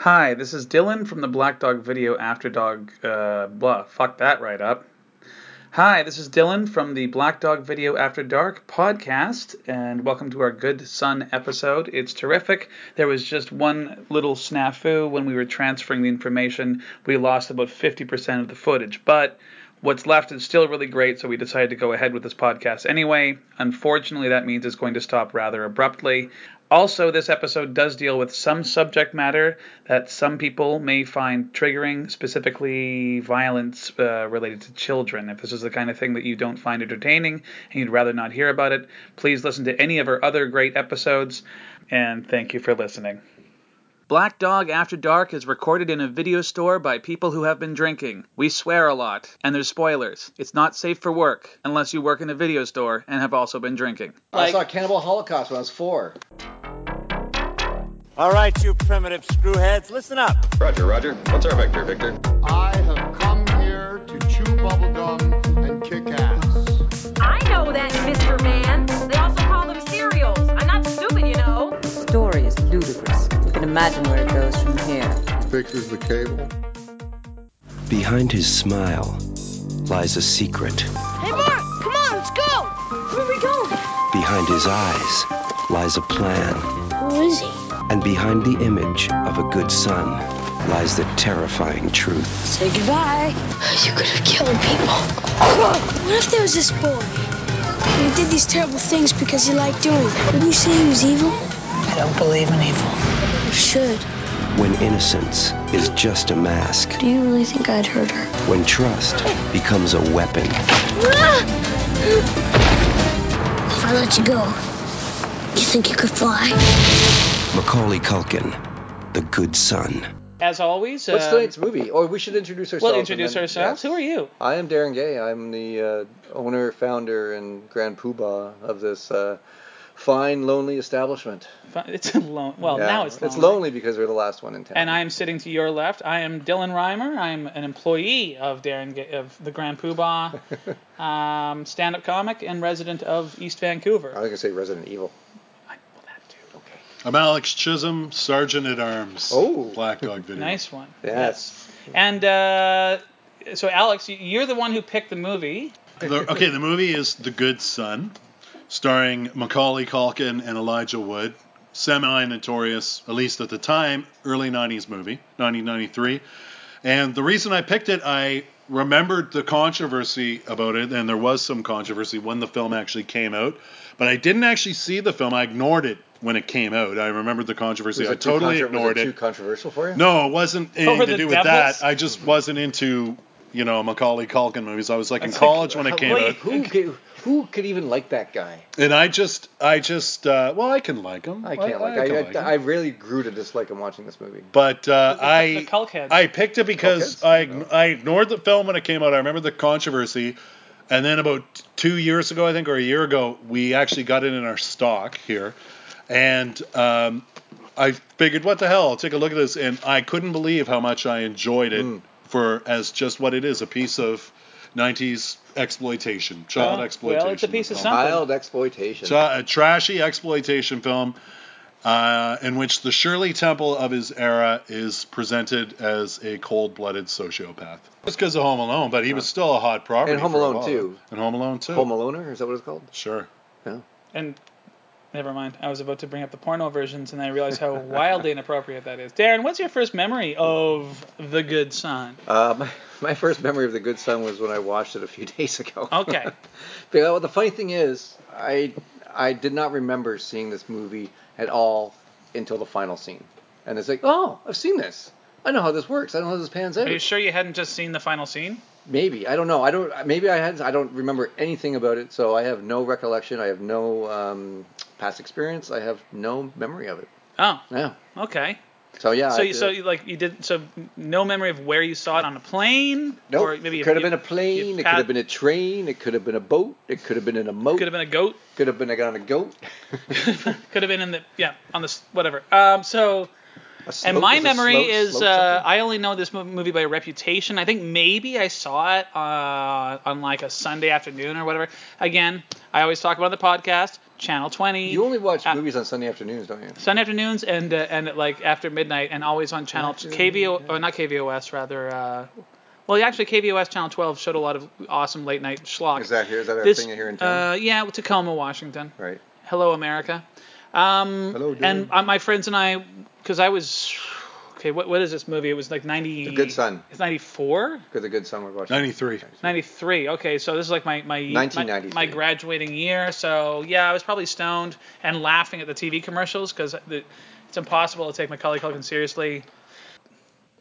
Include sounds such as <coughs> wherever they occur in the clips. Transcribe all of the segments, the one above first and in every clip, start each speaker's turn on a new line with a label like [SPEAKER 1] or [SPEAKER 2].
[SPEAKER 1] Hi, this is Dylan from the Black Dog Video After Dog. Uh, blah, fuck that right up. Hi, this is Dylan from the Black Dog Video After Dark podcast, and welcome to our Good Son episode. It's terrific. There was just one little snafu when we were transferring the information. We lost about 50% of the footage, but what's left is still really great, so we decided to go ahead with this podcast anyway. Unfortunately, that means it's going to stop rather abruptly. Also, this episode does deal with some subject matter that some people may find triggering, specifically violence uh, related to children. If this is the kind of thing that you don't find entertaining and you'd rather not hear about it, please listen to any of our other great episodes, and thank you for listening. Black Dog After Dark is recorded in a video store by people who have been drinking. We swear a lot, and there's spoilers. It's not safe for work unless you work in a video store and have also been drinking.
[SPEAKER 2] I saw Cannibal Holocaust when I was four.
[SPEAKER 3] All right, you primitive screwheads, listen up.
[SPEAKER 4] Roger, Roger. What's our vector, Victor?
[SPEAKER 5] I have come here to chew bubblegum and kick ass.
[SPEAKER 6] I know that, Mr. Man. They also call them cereals. I'm not stupid, you know.
[SPEAKER 7] story is ludicrous. You can imagine where it goes from here.
[SPEAKER 5] Fixes the cable.
[SPEAKER 8] Behind his smile lies a secret.
[SPEAKER 9] Hey, Mark, come on, let's go. Where are we going?
[SPEAKER 8] Behind his eyes lies a plan.
[SPEAKER 9] Who is he?
[SPEAKER 8] And behind the image of a good son lies the terrifying truth.
[SPEAKER 9] Say goodbye. You could have killed people. What if there was this boy? And he did these terrible things because he liked doing them. Would you say he was evil? I don't believe in evil. You should.
[SPEAKER 8] When innocence is just a mask.
[SPEAKER 9] Do you really think I'd hurt her?
[SPEAKER 8] When trust becomes a weapon.
[SPEAKER 9] If I let you go, you think you could fly?
[SPEAKER 8] Macaulay Culkin, the good son.
[SPEAKER 1] As always,
[SPEAKER 2] What's
[SPEAKER 1] um,
[SPEAKER 2] tonight's movie? Or we should introduce ourselves.
[SPEAKER 1] we'll
[SPEAKER 2] and
[SPEAKER 1] introduce
[SPEAKER 2] then-
[SPEAKER 1] ourselves.
[SPEAKER 2] yes.
[SPEAKER 1] Who are you?
[SPEAKER 2] I am Darren Gay. I'm the uh, owner, founder, and grand poobah of this uh, fine, lonely establishment.
[SPEAKER 1] Fi- It's <laughs> alone. Well,
[SPEAKER 2] Yeah.
[SPEAKER 1] now it's lonely.
[SPEAKER 2] It's lonely because we're the last one in town.
[SPEAKER 1] And I am sitting to your left. I am Dylan Reimer. I'm an employee of Darren Ga- of the Grand
[SPEAKER 2] <laughs>
[SPEAKER 1] Poobah, um, stand-up comic and resident of East Vancouver.
[SPEAKER 2] I was gonna say Resident Evil.
[SPEAKER 1] I- well, that too.
[SPEAKER 10] I'm Alex Chisholm, Sergeant at Arms.
[SPEAKER 2] Oh.
[SPEAKER 10] Black Dog Video.
[SPEAKER 1] Nice one.
[SPEAKER 2] Yes.
[SPEAKER 1] And uh, so, Alex, y- you're the one who picked the movie.
[SPEAKER 10] The- okay, the movie is The Good Son, starring Macaulay Culkin and Elijah Wood. Semi notorious, at least at the time, early 90s movie, 1993. And the reason I picked it, I remembered the controversy about it, and there was some controversy when the film actually came out. But I didn't actually see the film. I ignored it when it came out. I remembered the controversy.
[SPEAKER 2] Was
[SPEAKER 10] I
[SPEAKER 2] it too
[SPEAKER 10] totally
[SPEAKER 2] contro-
[SPEAKER 10] ignored
[SPEAKER 2] was it
[SPEAKER 10] it.
[SPEAKER 2] Too controversial for you?
[SPEAKER 10] No, it wasn't anything
[SPEAKER 1] Over
[SPEAKER 10] to
[SPEAKER 1] the
[SPEAKER 10] do with
[SPEAKER 1] Devils?
[SPEAKER 10] that. I just wasn't into, you know, Macaulay Culkin movies. I was like in college when it came
[SPEAKER 1] uh, wait.
[SPEAKER 10] out,
[SPEAKER 2] Who could, who could even like that guy?
[SPEAKER 10] and I just, I just, uh, well, I can like him.
[SPEAKER 2] I can't like.
[SPEAKER 10] can
[SPEAKER 2] I,
[SPEAKER 10] him.
[SPEAKER 2] I, I, really grew to dislike him watching this movie.
[SPEAKER 10] But uh, I,
[SPEAKER 1] the Culkhead.
[SPEAKER 10] I picked it because
[SPEAKER 2] Culkheads?
[SPEAKER 10] I, ign- I ignored the film when it came out. I remember the controversy, and then about two years ago, I think, or a year ago, we actually got it in our stock here, and um, I figured, what the hell? I'll take a look at this, and I couldn't believe how much I enjoyed it for as just what it is—a piece of '90s exploitation, child
[SPEAKER 1] Well,
[SPEAKER 10] exploitation.
[SPEAKER 1] well, it's a piece of
[SPEAKER 10] film.
[SPEAKER 1] something.
[SPEAKER 2] Mild exploitation.
[SPEAKER 10] So a trashy exploitation film uh, in which the Shirley Temple of his era is presented as a cold-blooded sociopath. Just because of Home Alone, but he was still a hot property.
[SPEAKER 2] And Home
[SPEAKER 10] for a
[SPEAKER 2] Alone
[SPEAKER 10] while.
[SPEAKER 2] too.
[SPEAKER 10] And Home Alone too.
[SPEAKER 2] Home Aloner is that what it's called?
[SPEAKER 10] Sure.
[SPEAKER 1] And never mind. I was about to bring up the porno versions, and I realized
[SPEAKER 2] <laughs>
[SPEAKER 1] how wildly inappropriate that is. Darren, what's your first memory of The Good Son?
[SPEAKER 2] Uh, my, my first memory of The Good Son was when I watched it a few <laughs> days ago.
[SPEAKER 1] Okay.
[SPEAKER 2] But, uh, the funny thing is, I I did not remember seeing this movie at all until the final scene, and it's like, oh, I've seen this. I know how this works. I know how this pans out.
[SPEAKER 1] Are you sure you hadn't just seen the final scene?
[SPEAKER 2] Maybe I don't know. I don't. Maybe I had. I don't remember anything about it, so I have no recollection. I have no um, past experience. I have no memory of it.
[SPEAKER 1] Oh,
[SPEAKER 2] Yeah.
[SPEAKER 1] okay.
[SPEAKER 2] So yeah.
[SPEAKER 1] So,
[SPEAKER 2] I
[SPEAKER 1] you, so
[SPEAKER 2] did-
[SPEAKER 1] you, like you did so no memory of where you saw it on a plane
[SPEAKER 2] Nope.
[SPEAKER 1] or maybe
[SPEAKER 2] it
[SPEAKER 1] you-
[SPEAKER 2] could have
[SPEAKER 1] you-
[SPEAKER 2] been a plane.
[SPEAKER 1] you
[SPEAKER 2] It could
[SPEAKER 1] pat-
[SPEAKER 2] have been a train. It could have been a boat. It could have been in a moat.
[SPEAKER 1] could have been a goat
[SPEAKER 2] Could have been on a goat.
[SPEAKER 1] could have been in the yeah on this whatever um so and my
[SPEAKER 2] is a
[SPEAKER 1] memory
[SPEAKER 2] slope-
[SPEAKER 1] is
[SPEAKER 2] slope
[SPEAKER 1] uh,
[SPEAKER 2] something?
[SPEAKER 1] I only know this mov- movie by reputation. I think maybe I saw it uh, on like a Sunday afternoon or whatever. Again, I always talk about it on the podcast Channel 20.
[SPEAKER 2] You only watch
[SPEAKER 1] uh,
[SPEAKER 2] movies on Sunday afternoons, don't you?
[SPEAKER 1] Sunday afternoons and uh, and at, like after midnight and always on channel
[SPEAKER 2] After
[SPEAKER 1] KVO or not KVOS rather. Uh, well, actually KVOS channel 12 showed a lot of awesome late night schlock.
[SPEAKER 2] Is that here? Is that a thing here in town?
[SPEAKER 1] Uh, yeah, Tacoma, Washington.
[SPEAKER 2] right.
[SPEAKER 1] Hello, America. Um,
[SPEAKER 2] Hello, dude.
[SPEAKER 1] uh, and uh, my friends and I, because I was, okay, what, what is this movie? It was like 90.
[SPEAKER 2] The Good Son.
[SPEAKER 1] It's 94?
[SPEAKER 2] Because the good son we're watching.
[SPEAKER 10] 93.
[SPEAKER 1] 93. Okay, so this is like my my, my
[SPEAKER 2] 1993.
[SPEAKER 1] my graduating year. So yeah, I was probably stoned and laughing at the TV commercials because it's impossible to take Macaulay Culkin seriously.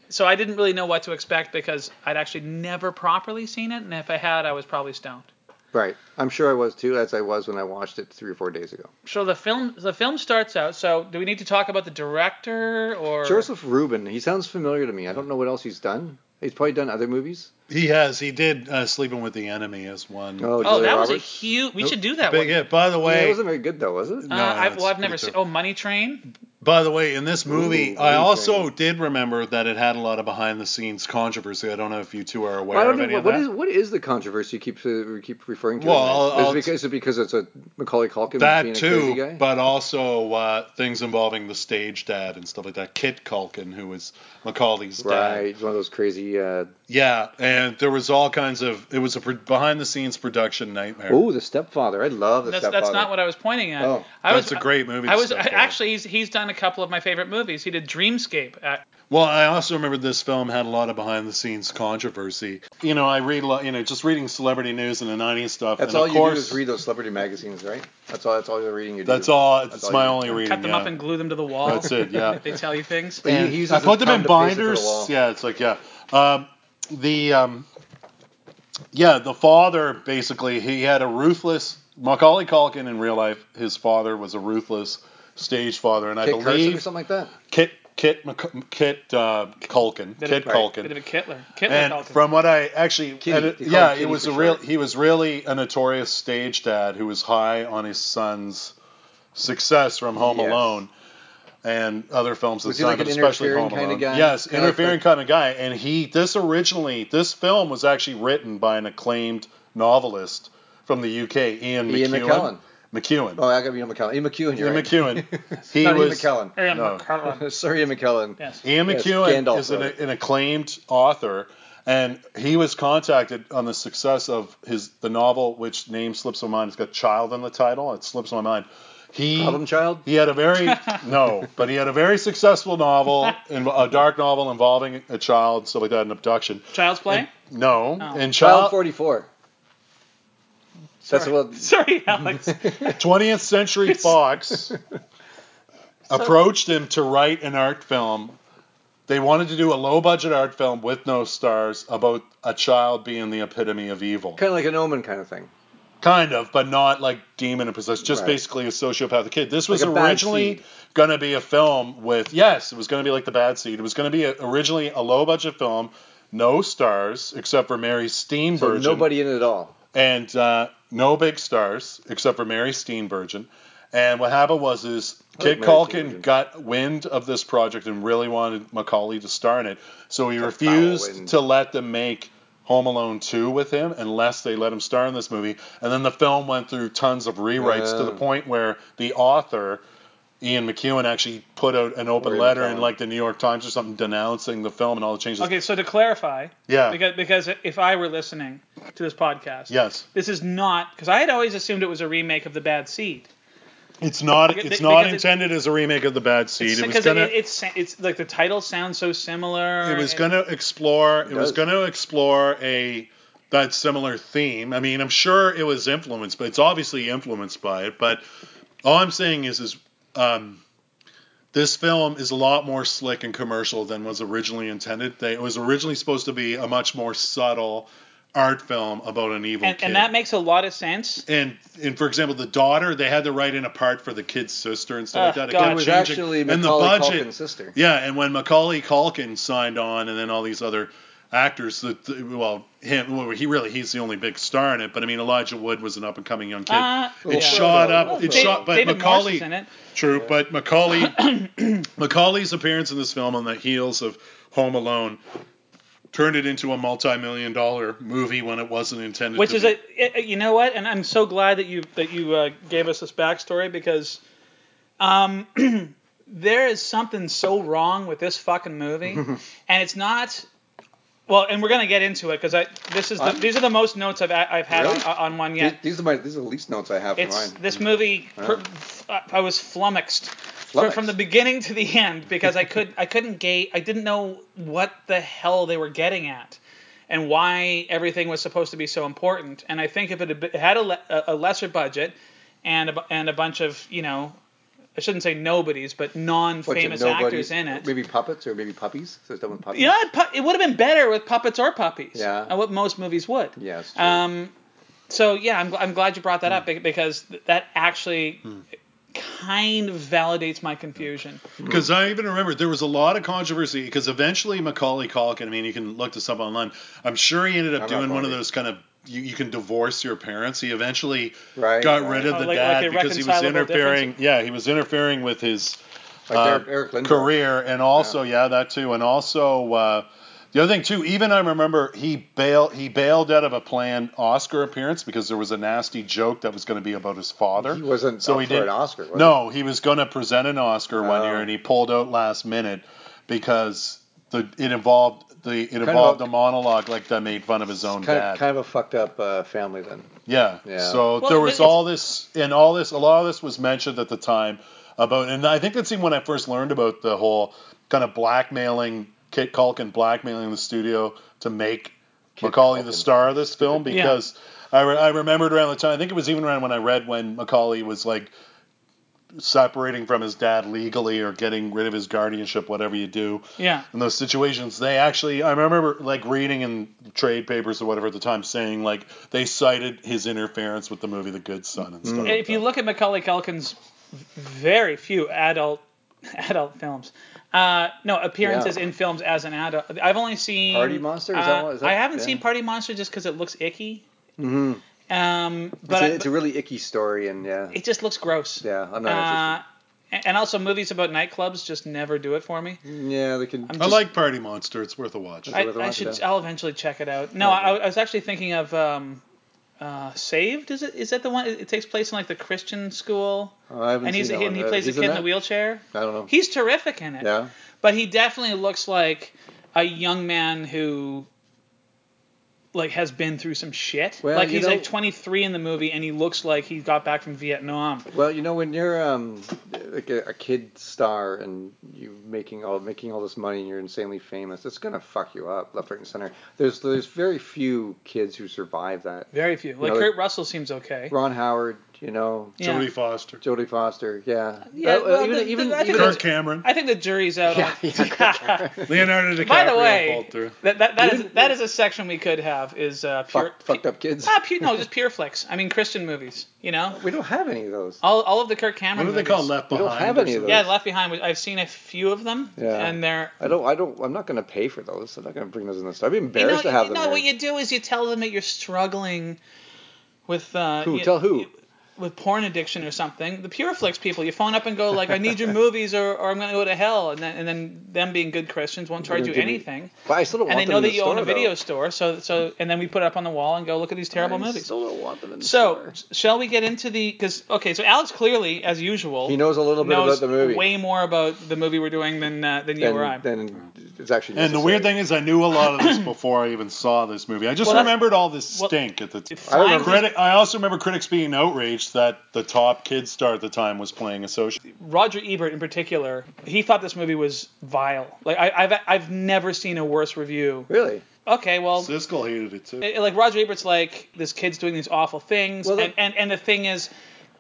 [SPEAKER 1] So I didn't really know what to expect because I'd actually never properly seen it, and if I had, I was probably stoned.
[SPEAKER 2] Right. I'm sure I was too, as I was when I watched it three or four days ago.
[SPEAKER 1] So the film the film starts out. So do we need to talk about the director or
[SPEAKER 2] Joseph Rubin. He sounds familiar to me. I don't know what else he's done. He's probably done other movies.
[SPEAKER 10] He has. He did uh, Sleeping with the Enemy as one.
[SPEAKER 2] Oh,
[SPEAKER 1] Oh,
[SPEAKER 2] Julia
[SPEAKER 1] that was a
[SPEAKER 2] Roberts.
[SPEAKER 1] huge. We should do that
[SPEAKER 10] Big
[SPEAKER 1] one.
[SPEAKER 10] hit. By the
[SPEAKER 2] Yeah,
[SPEAKER 10] way,
[SPEAKER 2] it wasn't very good though, was it?
[SPEAKER 1] Uh,
[SPEAKER 10] No,
[SPEAKER 1] I've,
[SPEAKER 10] it's
[SPEAKER 1] well, I've never
[SPEAKER 10] pretty
[SPEAKER 1] seen.
[SPEAKER 10] terrible.
[SPEAKER 1] Oh, Money Train.
[SPEAKER 10] By the way, in this movie,
[SPEAKER 2] Ooh,
[SPEAKER 10] I
[SPEAKER 2] Money
[SPEAKER 10] also
[SPEAKER 2] Train.
[SPEAKER 10] did remember that it had a lot of behind the scenes controversy. I don't know if you two are aware
[SPEAKER 2] I don't
[SPEAKER 10] of
[SPEAKER 2] know
[SPEAKER 10] any
[SPEAKER 2] what,
[SPEAKER 10] of
[SPEAKER 2] what
[SPEAKER 10] that.
[SPEAKER 2] is what is the controversy you keep uh, keep referring to?
[SPEAKER 10] Well,
[SPEAKER 2] is
[SPEAKER 10] I'll-
[SPEAKER 2] it because, is it because it's a Macaulay Culkin
[SPEAKER 10] that
[SPEAKER 2] being a crazy guy?
[SPEAKER 10] too, but also uh, things involving the stage dad and stuff like that. Kit Culkin, who was Macaulay's
[SPEAKER 2] right,
[SPEAKER 10] dad.
[SPEAKER 2] it's one of those crazy. Uh,
[SPEAKER 10] Yeah, and there was all kinds of. It was a pro- behind the scenes production nightmare.
[SPEAKER 2] oh, the stepfather. I love the
[SPEAKER 1] That's
[SPEAKER 2] stepfather.
[SPEAKER 1] that's not what I was pointing at.
[SPEAKER 2] Oh,
[SPEAKER 1] I was,
[SPEAKER 10] that's a great movie,
[SPEAKER 1] I
[SPEAKER 10] The
[SPEAKER 1] was I-
[SPEAKER 10] Stepfather.
[SPEAKER 1] actually he's he's done a couple of my favorite movies. He did Dreamscape. Uh,
[SPEAKER 10] Well, I also remember this film had a lot of behind the scenes controversy. You know, I read a lot. You know, just reading celebrity news in the '90s stuff.
[SPEAKER 2] That's
[SPEAKER 10] and
[SPEAKER 2] all
[SPEAKER 10] of
[SPEAKER 2] you
[SPEAKER 10] course,
[SPEAKER 2] do is read those celebrity magazines, right? That's all. That's all you're reading. You do.
[SPEAKER 10] That's all. It's
[SPEAKER 2] all
[SPEAKER 10] my
[SPEAKER 2] you-
[SPEAKER 10] only reading.
[SPEAKER 1] cut them
[SPEAKER 10] yeah.
[SPEAKER 1] up and glue them to the wall.
[SPEAKER 10] That's it. Yeah.
[SPEAKER 1] <laughs> They tell you things.
[SPEAKER 2] But he-
[SPEAKER 10] And
[SPEAKER 2] he uses
[SPEAKER 10] I put
[SPEAKER 2] his
[SPEAKER 10] them in
[SPEAKER 2] thumb to face it to the
[SPEAKER 10] binders.
[SPEAKER 2] wall.
[SPEAKER 10] yeah, it's like yeah. Um, the um, yeah, the father basically he had a ruthless Macaulay Culkin in real life. His father was a ruthless stage father, and
[SPEAKER 2] Kit
[SPEAKER 10] I
[SPEAKER 2] Carson or
[SPEAKER 10] believe
[SPEAKER 2] something like that.
[SPEAKER 10] Kit Kit Mac- Kit uh, Culkin,
[SPEAKER 1] Bit
[SPEAKER 10] Kit
[SPEAKER 1] of-
[SPEAKER 10] Culkin.
[SPEAKER 1] Bit of a Kittler. Kittler
[SPEAKER 10] And
[SPEAKER 1] Culkin.
[SPEAKER 10] from what I actually,
[SPEAKER 2] Kitty.
[SPEAKER 10] and it-
[SPEAKER 2] They call
[SPEAKER 10] yeah,
[SPEAKER 2] him
[SPEAKER 10] it
[SPEAKER 2] Kitty
[SPEAKER 10] was
[SPEAKER 2] for
[SPEAKER 10] a real.
[SPEAKER 2] short.
[SPEAKER 10] He was really a notorious stage dad who was high on his son's success from Home
[SPEAKER 2] Yes.
[SPEAKER 10] Alone and other films at
[SPEAKER 2] Was
[SPEAKER 10] the
[SPEAKER 2] he
[SPEAKER 10] time,
[SPEAKER 2] like
[SPEAKER 10] but
[SPEAKER 2] an
[SPEAKER 10] especially
[SPEAKER 2] interfering
[SPEAKER 10] Home
[SPEAKER 2] kinda
[SPEAKER 10] Alone.
[SPEAKER 2] guy?
[SPEAKER 10] Yes,
[SPEAKER 2] Kinda like
[SPEAKER 10] interfering
[SPEAKER 2] the-
[SPEAKER 10] kind of guy. And he this originally this film was actually written by an acclaimed novelist from the UK, Ian McEwan.
[SPEAKER 2] Ian McKellen.
[SPEAKER 10] McEwan.
[SPEAKER 2] Oh, I got Ian McKellen. Ian McEwan. You're
[SPEAKER 10] Ian
[SPEAKER 2] right. <laughs>
[SPEAKER 10] McEwan. He
[SPEAKER 2] Not Ian
[SPEAKER 10] was
[SPEAKER 2] McKellen.
[SPEAKER 1] And
[SPEAKER 10] no.
[SPEAKER 2] <laughs>
[SPEAKER 1] McCullough.
[SPEAKER 2] Sorry, Ian McKellen.
[SPEAKER 1] Yes.
[SPEAKER 10] Ian
[SPEAKER 2] Yes,
[SPEAKER 10] McEwan
[SPEAKER 2] Gandalf
[SPEAKER 10] is an,
[SPEAKER 2] wrote it.
[SPEAKER 10] an acclaimed author, and he was contacted on the success of his the novel, which name slips my mind. It's got "Child" in the title. It slips my mind. He
[SPEAKER 2] Problem child.
[SPEAKER 10] he had
[SPEAKER 2] <laughs>
[SPEAKER 10] a very no, but he had a very successful novel, in, a dark novel involving a child, stuff like that, an abduction.
[SPEAKER 1] Child's Play.
[SPEAKER 10] No,
[SPEAKER 1] Oh.
[SPEAKER 10] and
[SPEAKER 2] Child
[SPEAKER 10] child
[SPEAKER 2] 44. That's
[SPEAKER 1] Sorry.
[SPEAKER 2] what.
[SPEAKER 1] <laughs> Sorry,
[SPEAKER 10] <laughs>
[SPEAKER 1] Alex.
[SPEAKER 10] 20th
[SPEAKER 2] <laughs>
[SPEAKER 10] Century Fox approached him to write an art film. They wanted to do a low budget art film with no stars about a child being the epitome of evil.
[SPEAKER 2] Kind of like an omen kind of thing.
[SPEAKER 10] Kind of, but not like demon and possessed, just
[SPEAKER 2] Right.
[SPEAKER 10] basically a sociopathic kid. This was
[SPEAKER 2] Like a bad
[SPEAKER 10] originally
[SPEAKER 2] seed.
[SPEAKER 10] going to be a film with, yes, it was going to be like The Bad Seed. It was going to be a, originally a low budget film, no stars except for Mary
[SPEAKER 2] So
[SPEAKER 10] Steenburgen
[SPEAKER 2] nobody in it at all.
[SPEAKER 10] and uh, no big stars except for Mary Steenburgen. And what happened was is
[SPEAKER 2] I
[SPEAKER 10] Kit
[SPEAKER 2] like Mary
[SPEAKER 10] Culkin
[SPEAKER 2] Steenburgen.
[SPEAKER 10] got wind of this project and really wanted Macaulay to star in it, so he
[SPEAKER 2] foul
[SPEAKER 10] refused
[SPEAKER 2] wind.
[SPEAKER 10] to let them make Home Alone 2 with him unless they let him star in this movie. And then the film went through tons of rewrites to the
[SPEAKER 2] Yeah.
[SPEAKER 10] point where the author Ian McEwan actually put out an open
[SPEAKER 2] Ian
[SPEAKER 10] letter in
[SPEAKER 2] McKellen.
[SPEAKER 10] like the New York Times or something denouncing the film and all the changes.
[SPEAKER 1] okay, so to clarify,
[SPEAKER 10] Yeah.
[SPEAKER 1] because because if I were listening to this podcast,
[SPEAKER 10] Yes.
[SPEAKER 1] this is not because I had always assumed it was a remake of The Bad Seed.
[SPEAKER 10] It's not.
[SPEAKER 1] Because-
[SPEAKER 10] It's not
[SPEAKER 1] because it-
[SPEAKER 10] intended as a remake of the Bad Seed. It was
[SPEAKER 1] Because
[SPEAKER 10] gonna.
[SPEAKER 1] it's it's like the title sounds so similar.
[SPEAKER 10] it was
[SPEAKER 1] and-
[SPEAKER 10] going to explore it,
[SPEAKER 2] does.
[SPEAKER 10] was going to explore a that similar theme i mean i'm sure it was influenced but it's obviously influenced by it but all i'm saying is is um, this film is a lot more slick and commercial than was originally intended they, it was originally supposed to be a much more subtle art film about an evil
[SPEAKER 1] and,
[SPEAKER 10] kid
[SPEAKER 1] and that makes a lot of sense.
[SPEAKER 10] and and for example, the daughter they had to write in a part for the kid's sister and stuff like
[SPEAKER 1] Oh,
[SPEAKER 10] that. It
[SPEAKER 1] God.
[SPEAKER 10] kept
[SPEAKER 1] It
[SPEAKER 2] was
[SPEAKER 10] changing.
[SPEAKER 2] actually
[SPEAKER 10] and the
[SPEAKER 2] Macaulay
[SPEAKER 10] budget,
[SPEAKER 2] Culkin's sister.
[SPEAKER 10] Yeah, and when Macaulay Culkin signed on, and then all these other actors that well him well, he really he's the only big star in it. But I mean Elijah Wood was an up and coming young kid.
[SPEAKER 1] Uh,
[SPEAKER 10] it shot
[SPEAKER 2] Frodo.
[SPEAKER 10] up.
[SPEAKER 2] Well,
[SPEAKER 10] it
[SPEAKER 2] Da-
[SPEAKER 10] shot. But
[SPEAKER 1] David Morse
[SPEAKER 10] Macaulay.
[SPEAKER 1] is in it.
[SPEAKER 10] True, but Macaulay
[SPEAKER 1] <coughs>
[SPEAKER 10] <coughs> Macaulay's appearance in this film on the heels of Home Alone turned it into a multi-million dollar movie when it wasn't intended
[SPEAKER 1] Which
[SPEAKER 10] to
[SPEAKER 1] is
[SPEAKER 10] be.
[SPEAKER 1] a, i- i- you know what, and I'm so glad that you that you uh, gave us this backstory because, um, <clears throat> there is something so wrong with this fucking
[SPEAKER 10] <laughs>
[SPEAKER 1] movie, and it's not. Well, and we're gonna get into it because I this is the,
[SPEAKER 2] I'm-
[SPEAKER 1] these are the most notes I've a- I've had
[SPEAKER 2] Really?
[SPEAKER 1] on, on one
[SPEAKER 2] These,
[SPEAKER 1] yet.
[SPEAKER 2] these are my these are the least notes I have for
[SPEAKER 1] It's
[SPEAKER 2] mine.
[SPEAKER 1] this movie. Per, I was flummoxed, From,
[SPEAKER 2] Flummoxed?
[SPEAKER 1] from the beginning to the end because I could I couldn't gate I didn't know what the hell they were getting at, and why everything was supposed to be so important. And I think if it had, been- had a, le- a a lesser budget, and a, bu- and a bunch of you know, I shouldn't say nobodies, but
[SPEAKER 2] Bunch of
[SPEAKER 1] non-famous
[SPEAKER 2] nobody-
[SPEAKER 1] actors in it.
[SPEAKER 2] Maybe puppets or maybe puppies. So it's done with puppies.
[SPEAKER 1] You know, it, pu- it would have been better with puppets or puppies.
[SPEAKER 2] Yeah.
[SPEAKER 1] Uh, What most movies would.
[SPEAKER 2] Yeah, it's true.
[SPEAKER 1] Um, so yeah, I'm, gl- I'm glad you brought that up be- because th- that actually kind of validates my confusion.
[SPEAKER 10] Because I even remember there was a lot of controversy because eventually Macaulay Culkin. I mean, you can look this up online. I'm sure he ended up
[SPEAKER 2] I'm not
[SPEAKER 10] doing one of
[SPEAKER 2] funny.
[SPEAKER 10] those kind of you, you can divorce your parents. He eventually
[SPEAKER 2] Right,
[SPEAKER 10] got
[SPEAKER 2] right.
[SPEAKER 10] rid of
[SPEAKER 1] Oh,
[SPEAKER 10] the
[SPEAKER 1] like-
[SPEAKER 10] dad
[SPEAKER 1] like
[SPEAKER 10] because he was
[SPEAKER 1] irreconcilable
[SPEAKER 10] interfering. Yeah, he was interfering with his
[SPEAKER 2] like
[SPEAKER 10] uh,
[SPEAKER 2] Eric, Eric Lindbergh.
[SPEAKER 10] career, and also yeah. that too, and also uh, the other thing too. Even I remember he bailed he bailed out of a planned Oscar appearance because there was a nasty joke that was going to be about his father.
[SPEAKER 2] He wasn't
[SPEAKER 10] so
[SPEAKER 2] up
[SPEAKER 10] he
[SPEAKER 2] for
[SPEAKER 10] did
[SPEAKER 2] an Oscar, was
[SPEAKER 10] no, he was going to present an Oscar one
[SPEAKER 2] Oh.
[SPEAKER 10] year, and he pulled out last minute because the it involved the it involved
[SPEAKER 2] a-
[SPEAKER 10] a monologue like that made fun of his own
[SPEAKER 2] Kind
[SPEAKER 10] dad.
[SPEAKER 2] of, kind of a fucked up uh, family then.
[SPEAKER 10] Yeah.
[SPEAKER 2] Yeah.
[SPEAKER 10] So
[SPEAKER 1] Well,
[SPEAKER 10] there
[SPEAKER 1] but
[SPEAKER 10] was
[SPEAKER 1] it's-
[SPEAKER 10] all this, and all this, a lot of this was mentioned at the time about, and I think that's even when I first learned about the whole kind of blackmailing Kit Culkin blackmailing the studio to make Macaulay the
[SPEAKER 2] Culkin.
[SPEAKER 10] star of this film
[SPEAKER 1] Yeah.
[SPEAKER 10] because I, re- I remembered around the time I think it was even around when I read when Macaulay was like separating from his dad legally or getting rid of his guardianship, whatever you do
[SPEAKER 1] Yeah.
[SPEAKER 10] in those situations they actually i remember like reading in trade papers or whatever at the time saying like they cited his interference with the movie the good son and stuff like
[SPEAKER 1] If you
[SPEAKER 10] that.
[SPEAKER 1] look at Macaulay Culkin's very few adult <laughs> adult films, uh, no appearances
[SPEAKER 2] Yeah.
[SPEAKER 1] in films as an adult. I've only seen
[SPEAKER 2] Party Monster? Is that
[SPEAKER 1] uh,
[SPEAKER 2] one- is that-
[SPEAKER 1] I haven't
[SPEAKER 2] yeah.
[SPEAKER 1] seen Party Monster just because it looks icky. Mm-hmm. Um, but
[SPEAKER 2] It's,
[SPEAKER 1] I-
[SPEAKER 2] a, it's a really icky story, and yeah,
[SPEAKER 1] it just looks gross.
[SPEAKER 2] yeah, I'm
[SPEAKER 1] Uh,
[SPEAKER 2] not
[SPEAKER 1] and and also movies about nightclubs just never do it for me.
[SPEAKER 2] interested. Yeah, they can. oh,
[SPEAKER 10] i like party monster it's worth a watch
[SPEAKER 1] I,
[SPEAKER 2] worth a
[SPEAKER 1] I
[SPEAKER 2] watch,
[SPEAKER 1] should.
[SPEAKER 2] yeah.
[SPEAKER 1] I'll eventually check it out.
[SPEAKER 2] Oh,
[SPEAKER 1] No, I, I was actually thinking of um, uh, Saved. Is it? Is that the one? It takes place in like the Christian school,
[SPEAKER 2] I haven't
[SPEAKER 1] and he's
[SPEAKER 2] seen that
[SPEAKER 1] and he
[SPEAKER 2] one. Uh,
[SPEAKER 1] plays a
[SPEAKER 2] he's
[SPEAKER 1] kid in,
[SPEAKER 2] that?
[SPEAKER 1] a wheelchair.
[SPEAKER 2] I don't know.
[SPEAKER 1] He's terrific in it.
[SPEAKER 2] yeah,
[SPEAKER 1] But he definitely looks like a young man who like has been through some shit.
[SPEAKER 2] Well,
[SPEAKER 1] like
[SPEAKER 2] you
[SPEAKER 1] he's
[SPEAKER 2] know-
[SPEAKER 1] like 23 in the movie, and he looks like he got back from Vietnam.
[SPEAKER 2] Well, you know, when you're um, like a, a kid star and you making all making all this money and you're insanely famous, it's gonna fuck you up left, right, and center. There's there's very few kids who survive that.
[SPEAKER 1] Very few. Like
[SPEAKER 2] No,
[SPEAKER 1] Kurt Russell seems okay.
[SPEAKER 2] Ron Howard, you know,
[SPEAKER 1] Yeah.
[SPEAKER 10] jodie foster
[SPEAKER 2] Jodie Foster, yeah,
[SPEAKER 1] Yeah,
[SPEAKER 2] Uh,
[SPEAKER 1] well,
[SPEAKER 2] even
[SPEAKER 1] the- the-
[SPEAKER 2] even
[SPEAKER 1] I think
[SPEAKER 2] even
[SPEAKER 1] that's-
[SPEAKER 10] kirk
[SPEAKER 1] <laughs>
[SPEAKER 10] cameron
[SPEAKER 1] I think the jury's out.
[SPEAKER 2] <laughs>
[SPEAKER 1] <laughs>
[SPEAKER 2] yeah,
[SPEAKER 1] on
[SPEAKER 2] yeah.
[SPEAKER 10] leonardo dicaprio
[SPEAKER 1] By the way,
[SPEAKER 10] pulled through.
[SPEAKER 1] that, that, that, is,
[SPEAKER 2] Even-
[SPEAKER 1] that is a section we could have is uh, pure,
[SPEAKER 2] Fuck,
[SPEAKER 1] <laughs>
[SPEAKER 2] fucked up kids.
[SPEAKER 1] Not pure, no, just pure flicks. I mean Christian movies. You know,
[SPEAKER 2] We don't have any of those.
[SPEAKER 1] all, all of the Kirk Cameron.
[SPEAKER 10] what do they
[SPEAKER 1] movies.
[SPEAKER 10] call left
[SPEAKER 2] We
[SPEAKER 10] behind
[SPEAKER 2] don't have
[SPEAKER 10] or
[SPEAKER 2] any of
[SPEAKER 10] something?
[SPEAKER 2] those.
[SPEAKER 1] Yeah, Left Behind. was- I've seen a few of them,
[SPEAKER 2] Yeah.
[SPEAKER 1] and they're.
[SPEAKER 2] I don't. I don't. I'm not gonna pay for those. I'm not gonna bring those in the store. I'd be
[SPEAKER 1] You know,
[SPEAKER 2] embarrassed to have
[SPEAKER 1] you
[SPEAKER 2] them.
[SPEAKER 1] know
[SPEAKER 2] here.
[SPEAKER 1] what you do is you tell them that you're struggling with. Uh,
[SPEAKER 2] who?
[SPEAKER 1] you-
[SPEAKER 2] Tell who?
[SPEAKER 1] With porn addiction or something, the pure flicks people, you phone up and go like, "I need
[SPEAKER 2] <laughs>
[SPEAKER 1] your movies, or, or I'm gonna go to hell," and then and then them being good Christians won't charge you
[SPEAKER 2] Give me-
[SPEAKER 1] anything.
[SPEAKER 2] But I still don't
[SPEAKER 1] and
[SPEAKER 2] want
[SPEAKER 1] they know
[SPEAKER 2] them
[SPEAKER 1] that
[SPEAKER 2] in the
[SPEAKER 1] you
[SPEAKER 2] store,
[SPEAKER 1] own a video
[SPEAKER 2] though.
[SPEAKER 1] store. So so and then we put it up on the wall and go look at these terrible
[SPEAKER 2] I
[SPEAKER 1] movies.
[SPEAKER 2] still don't want them in the
[SPEAKER 1] So
[SPEAKER 2] store.
[SPEAKER 1] shall we get into the? Because okay, so Alex clearly, as usual,
[SPEAKER 2] He knows a little bit
[SPEAKER 1] knows
[SPEAKER 2] about the movie.
[SPEAKER 1] way more about the movie we're doing than uh, than you or I.
[SPEAKER 2] then, then it's actually.
[SPEAKER 10] and the
[SPEAKER 2] necessary.
[SPEAKER 10] weird thing is, I knew a lot of this before I even saw this movie. I just
[SPEAKER 1] Well, that-
[SPEAKER 10] remembered all this
[SPEAKER 1] well,
[SPEAKER 10] stink at the time.
[SPEAKER 1] Flying
[SPEAKER 2] remember-
[SPEAKER 1] Kiss-
[SPEAKER 10] Critic, I also remember critics being outraged that the top kid star at the time was playing a social.
[SPEAKER 1] Roger Ebert in particular, he thought this movie was vile. Like I, I've I've never seen a worse review.
[SPEAKER 2] Really?
[SPEAKER 1] Okay, well.
[SPEAKER 10] Siskel hated it too.
[SPEAKER 1] it- like Roger Ebert's like this kid's doing these awful things,
[SPEAKER 2] Well, that-
[SPEAKER 1] and, and and the thing is,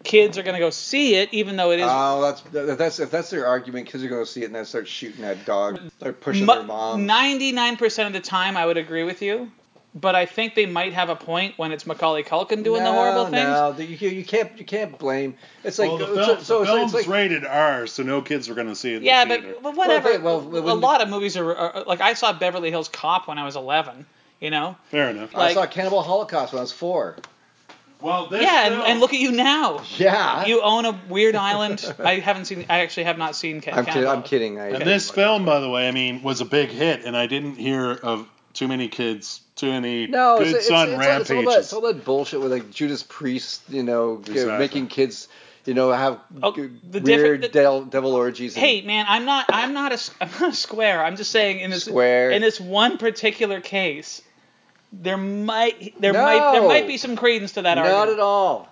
[SPEAKER 1] kids are gonna go see it, even though it is
[SPEAKER 2] Oh, that's that- that's if that's their argument, kids are gonna see it and then start shooting that dog, start pushing
[SPEAKER 1] Mu-
[SPEAKER 2] their mom.
[SPEAKER 1] 99% of the time, I would agree with you. but I think they might have a point when it's Macaulay Culkin doing
[SPEAKER 2] no,
[SPEAKER 1] the horrible things.
[SPEAKER 2] No, the- you, you can't you can't blame. It's like
[SPEAKER 10] well, the,
[SPEAKER 2] so-
[SPEAKER 10] film,
[SPEAKER 2] so,
[SPEAKER 10] the
[SPEAKER 2] it's like-
[SPEAKER 10] film's
[SPEAKER 2] it's like,
[SPEAKER 10] rated R, so no kids are going to see it. in
[SPEAKER 1] Yeah,
[SPEAKER 10] the
[SPEAKER 1] but,
[SPEAKER 10] theater.
[SPEAKER 1] but whatever.
[SPEAKER 2] Well, well, well,
[SPEAKER 1] a
[SPEAKER 2] when-
[SPEAKER 1] lot of movies are, are like I saw Beverly Hills Cop when I was 11. You know.
[SPEAKER 10] fair enough.
[SPEAKER 1] like-
[SPEAKER 2] I saw Cannibal Holocaust when I was four.
[SPEAKER 10] well, this
[SPEAKER 1] yeah, and,
[SPEAKER 10] film-
[SPEAKER 1] and look at you now.
[SPEAKER 2] Yeah.
[SPEAKER 1] You own a weird island. <laughs> I haven't seen. I actually have not seen. Ca-
[SPEAKER 2] I'm, kid-
[SPEAKER 1] Cannibal.
[SPEAKER 2] I'm kidding. I,
[SPEAKER 10] And this film, by the way, I mean, was a big hit, and I didn't hear of too many kids, too many
[SPEAKER 2] No,
[SPEAKER 10] good
[SPEAKER 2] it's, it's,
[SPEAKER 10] son
[SPEAKER 2] it's, all- it's, all that,
[SPEAKER 10] rampages.
[SPEAKER 2] it's all that bullshit with like Judas Priest, you know, g-
[SPEAKER 10] Exactly.
[SPEAKER 2] making kids, you know, have
[SPEAKER 1] Oh,
[SPEAKER 2] g-
[SPEAKER 1] the different-
[SPEAKER 2] weird
[SPEAKER 1] the-
[SPEAKER 2] devil, devil orgies. and-
[SPEAKER 1] Hey man, I'm not. I'm not a. s- I'm not a square. I'm just saying in this
[SPEAKER 2] Square.
[SPEAKER 1] in this one particular case, there might there
[SPEAKER 2] No.
[SPEAKER 1] might there might be some credence to that
[SPEAKER 2] not
[SPEAKER 1] argument.
[SPEAKER 2] at all.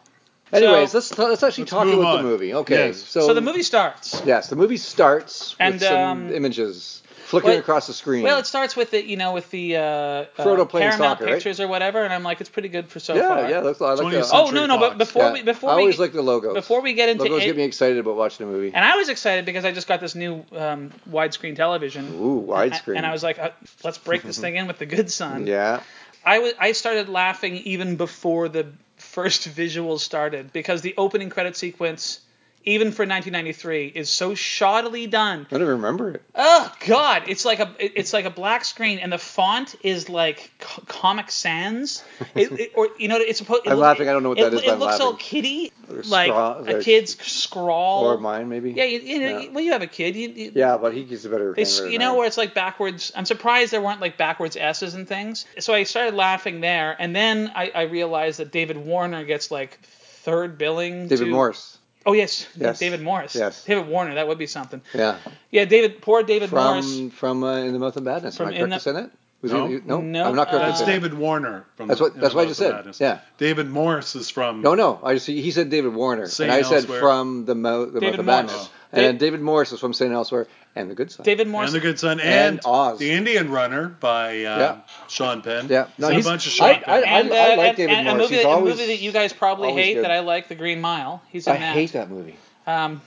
[SPEAKER 1] So-
[SPEAKER 2] Anyways, let's t- let's actually
[SPEAKER 10] Let's
[SPEAKER 2] talk
[SPEAKER 10] move
[SPEAKER 2] about
[SPEAKER 10] on.
[SPEAKER 2] the movie. Okay,
[SPEAKER 10] Yes.
[SPEAKER 2] so
[SPEAKER 1] So the movie starts.
[SPEAKER 2] yes, the movie starts
[SPEAKER 1] And,
[SPEAKER 2] with some
[SPEAKER 1] um,
[SPEAKER 2] images flickering
[SPEAKER 1] well,
[SPEAKER 2] across the screen.
[SPEAKER 1] Well, it starts with the you know with the uh, uh,
[SPEAKER 2] Hmm. Frodo playing
[SPEAKER 1] Paramount
[SPEAKER 2] soccer, right?
[SPEAKER 1] Pictures or whatever, and I'm like, it's pretty good for so
[SPEAKER 2] yeah,
[SPEAKER 1] far.
[SPEAKER 2] yeah, that's I like that.
[SPEAKER 10] 20th
[SPEAKER 1] Oh no no,
[SPEAKER 10] Fox.
[SPEAKER 1] but before
[SPEAKER 2] Yeah,
[SPEAKER 1] we before
[SPEAKER 2] I
[SPEAKER 1] we
[SPEAKER 2] always like the logos.
[SPEAKER 1] before we get into
[SPEAKER 2] logos
[SPEAKER 1] it-
[SPEAKER 2] get me excited about watching the movie.
[SPEAKER 1] and I was excited because I just got this new um, widescreen television.
[SPEAKER 2] Ooh, widescreen.
[SPEAKER 1] And, I was like, uh, let's break this thing in with the good son.
[SPEAKER 2] <laughs> yeah,
[SPEAKER 1] I wa- I started laughing even before the first visual started because the opening credit sequence, even for 1993, is so shoddily done.
[SPEAKER 2] I don't even remember it.
[SPEAKER 1] Oh God, it's like a it- it's like a black screen, and the font is like co- Comic
[SPEAKER 2] <laughs>
[SPEAKER 1] Sans. It, it- or you know, it's supposed.
[SPEAKER 2] I'm laughing, I don't know what
[SPEAKER 1] it,
[SPEAKER 2] that is,
[SPEAKER 1] It,
[SPEAKER 2] but I'm
[SPEAKER 1] looks all
[SPEAKER 2] laughing.
[SPEAKER 1] kitty,
[SPEAKER 2] Or
[SPEAKER 1] like
[SPEAKER 2] scraw-
[SPEAKER 1] a
[SPEAKER 2] like-
[SPEAKER 1] kid's scrawl.
[SPEAKER 2] or mine maybe.
[SPEAKER 1] Yeah, you, you know,
[SPEAKER 2] Yeah.
[SPEAKER 1] well, you have a kid. You, you,
[SPEAKER 2] Yeah, but he gets a better.
[SPEAKER 1] they,
[SPEAKER 2] handler
[SPEAKER 1] you
[SPEAKER 2] than I
[SPEAKER 1] know
[SPEAKER 2] am.
[SPEAKER 1] where it's like backwards. I'm surprised there weren't like backwards S's and things. So I started laughing there, and then I, I realized that David Warner gets like third billing.
[SPEAKER 2] David
[SPEAKER 1] to-
[SPEAKER 2] Morse.
[SPEAKER 1] Oh yes,
[SPEAKER 2] Yes.
[SPEAKER 1] David Morris.
[SPEAKER 2] Yes.
[SPEAKER 1] David Warner. That would be something.
[SPEAKER 2] Yeah,
[SPEAKER 1] Yeah, David. Poor David
[SPEAKER 2] from
[SPEAKER 1] Morris.
[SPEAKER 2] from uh, In the Mouth of Madness.
[SPEAKER 1] From
[SPEAKER 2] Am I
[SPEAKER 1] In
[SPEAKER 2] correct
[SPEAKER 1] the-
[SPEAKER 2] to say that? Was
[SPEAKER 10] No.
[SPEAKER 2] he- no,
[SPEAKER 1] No,
[SPEAKER 2] I'm not correct.
[SPEAKER 1] uh,
[SPEAKER 2] to
[SPEAKER 10] That's
[SPEAKER 2] say that.
[SPEAKER 10] David Warner. From
[SPEAKER 2] That's what-
[SPEAKER 10] the,
[SPEAKER 2] that's what I
[SPEAKER 10] Mouth
[SPEAKER 2] just
[SPEAKER 10] of
[SPEAKER 2] said.
[SPEAKER 10] Madness.
[SPEAKER 2] Yeah.
[SPEAKER 10] David Morris is from.
[SPEAKER 2] No, no. I just, he said David Warner,
[SPEAKER 10] Saying
[SPEAKER 2] and I said
[SPEAKER 10] Elsewhere.
[SPEAKER 2] from the mouth, the
[SPEAKER 1] David
[SPEAKER 2] mouth of
[SPEAKER 1] Morse.
[SPEAKER 2] madness,
[SPEAKER 1] Oh.
[SPEAKER 2] and
[SPEAKER 1] Da-
[SPEAKER 2] then David Morris is from Saying Elsewhere and the Good Son.
[SPEAKER 1] David Morris.
[SPEAKER 10] And the Good Son and,
[SPEAKER 2] And Oz.
[SPEAKER 10] The Indian Runner by uh,
[SPEAKER 2] Yeah.
[SPEAKER 10] Sean Penn.
[SPEAKER 2] Yeah. No,
[SPEAKER 10] no, he's,
[SPEAKER 2] he's-
[SPEAKER 10] a bunch of
[SPEAKER 2] I-
[SPEAKER 10] Sean Penn.
[SPEAKER 2] I-
[SPEAKER 1] and, uh,
[SPEAKER 2] like
[SPEAKER 1] and-
[SPEAKER 2] David
[SPEAKER 1] and
[SPEAKER 2] Morris.
[SPEAKER 1] A movie,
[SPEAKER 2] He's
[SPEAKER 1] that, a
[SPEAKER 2] always-
[SPEAKER 1] movie that you guys probably
[SPEAKER 2] always
[SPEAKER 1] hate
[SPEAKER 2] good.
[SPEAKER 1] that I like, The Green Mile. He's in
[SPEAKER 2] I
[SPEAKER 1] that.
[SPEAKER 2] hate that movie.
[SPEAKER 1] Um,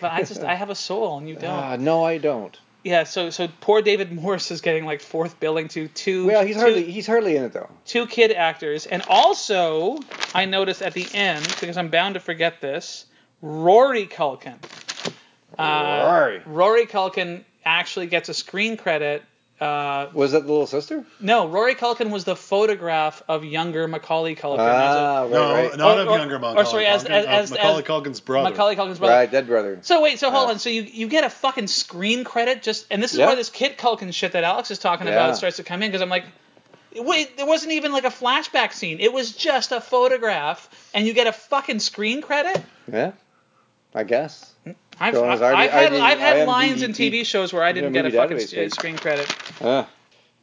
[SPEAKER 1] but I just I have a soul and you don't.
[SPEAKER 2] Ah, no, I don't.
[SPEAKER 1] yeah. So so poor David Morris is getting like fourth billing to two.
[SPEAKER 2] Well, he's
[SPEAKER 1] two-
[SPEAKER 2] hardly he's hardly in it though.
[SPEAKER 1] two kid actors, and also I noticed at the end because I'm bound to forget this, Rory Culkin. Uh,
[SPEAKER 2] Rory.
[SPEAKER 1] Rory Culkin actually gets a screen credit. Uh,
[SPEAKER 2] Was that the little sister?
[SPEAKER 1] no, Rory Culkin was the photograph of younger Macaulay Culkin.
[SPEAKER 2] Ah, right,
[SPEAKER 10] no,
[SPEAKER 2] right.
[SPEAKER 10] not
[SPEAKER 1] Or-
[SPEAKER 10] of
[SPEAKER 1] or-
[SPEAKER 10] younger
[SPEAKER 1] or
[SPEAKER 10] Macaulay.
[SPEAKER 1] sorry, as-
[SPEAKER 10] Culkin,
[SPEAKER 1] as-
[SPEAKER 10] of
[SPEAKER 1] as-
[SPEAKER 10] Macaulay
[SPEAKER 1] as-
[SPEAKER 10] Culkin's
[SPEAKER 1] as
[SPEAKER 10] brother.
[SPEAKER 1] Macaulay Culkin's brother.
[SPEAKER 2] right, dead brother.
[SPEAKER 1] So wait, so hold
[SPEAKER 2] Yeah.
[SPEAKER 1] on. So you, you get a fucking screen credit just, and this is
[SPEAKER 2] Yeah.
[SPEAKER 1] where this kid Culkin shit that Alex is talking
[SPEAKER 2] Yeah.
[SPEAKER 1] about starts to come in because I'm like, wait, there wasn't even like a flashback scene. It was just a photograph, and you get a fucking screen credit.
[SPEAKER 2] Yeah, I guess.
[SPEAKER 1] I've,
[SPEAKER 2] Go on,
[SPEAKER 1] I've,
[SPEAKER 2] it's already-
[SPEAKER 1] I've had,
[SPEAKER 2] already-
[SPEAKER 1] I've had
[SPEAKER 2] IMDb
[SPEAKER 1] lines in TV shows where I didn't
[SPEAKER 2] E Yeah,
[SPEAKER 1] get a
[SPEAKER 2] movie
[SPEAKER 1] fucking
[SPEAKER 2] database
[SPEAKER 1] s-
[SPEAKER 2] page.
[SPEAKER 1] screen credit.
[SPEAKER 2] Ah.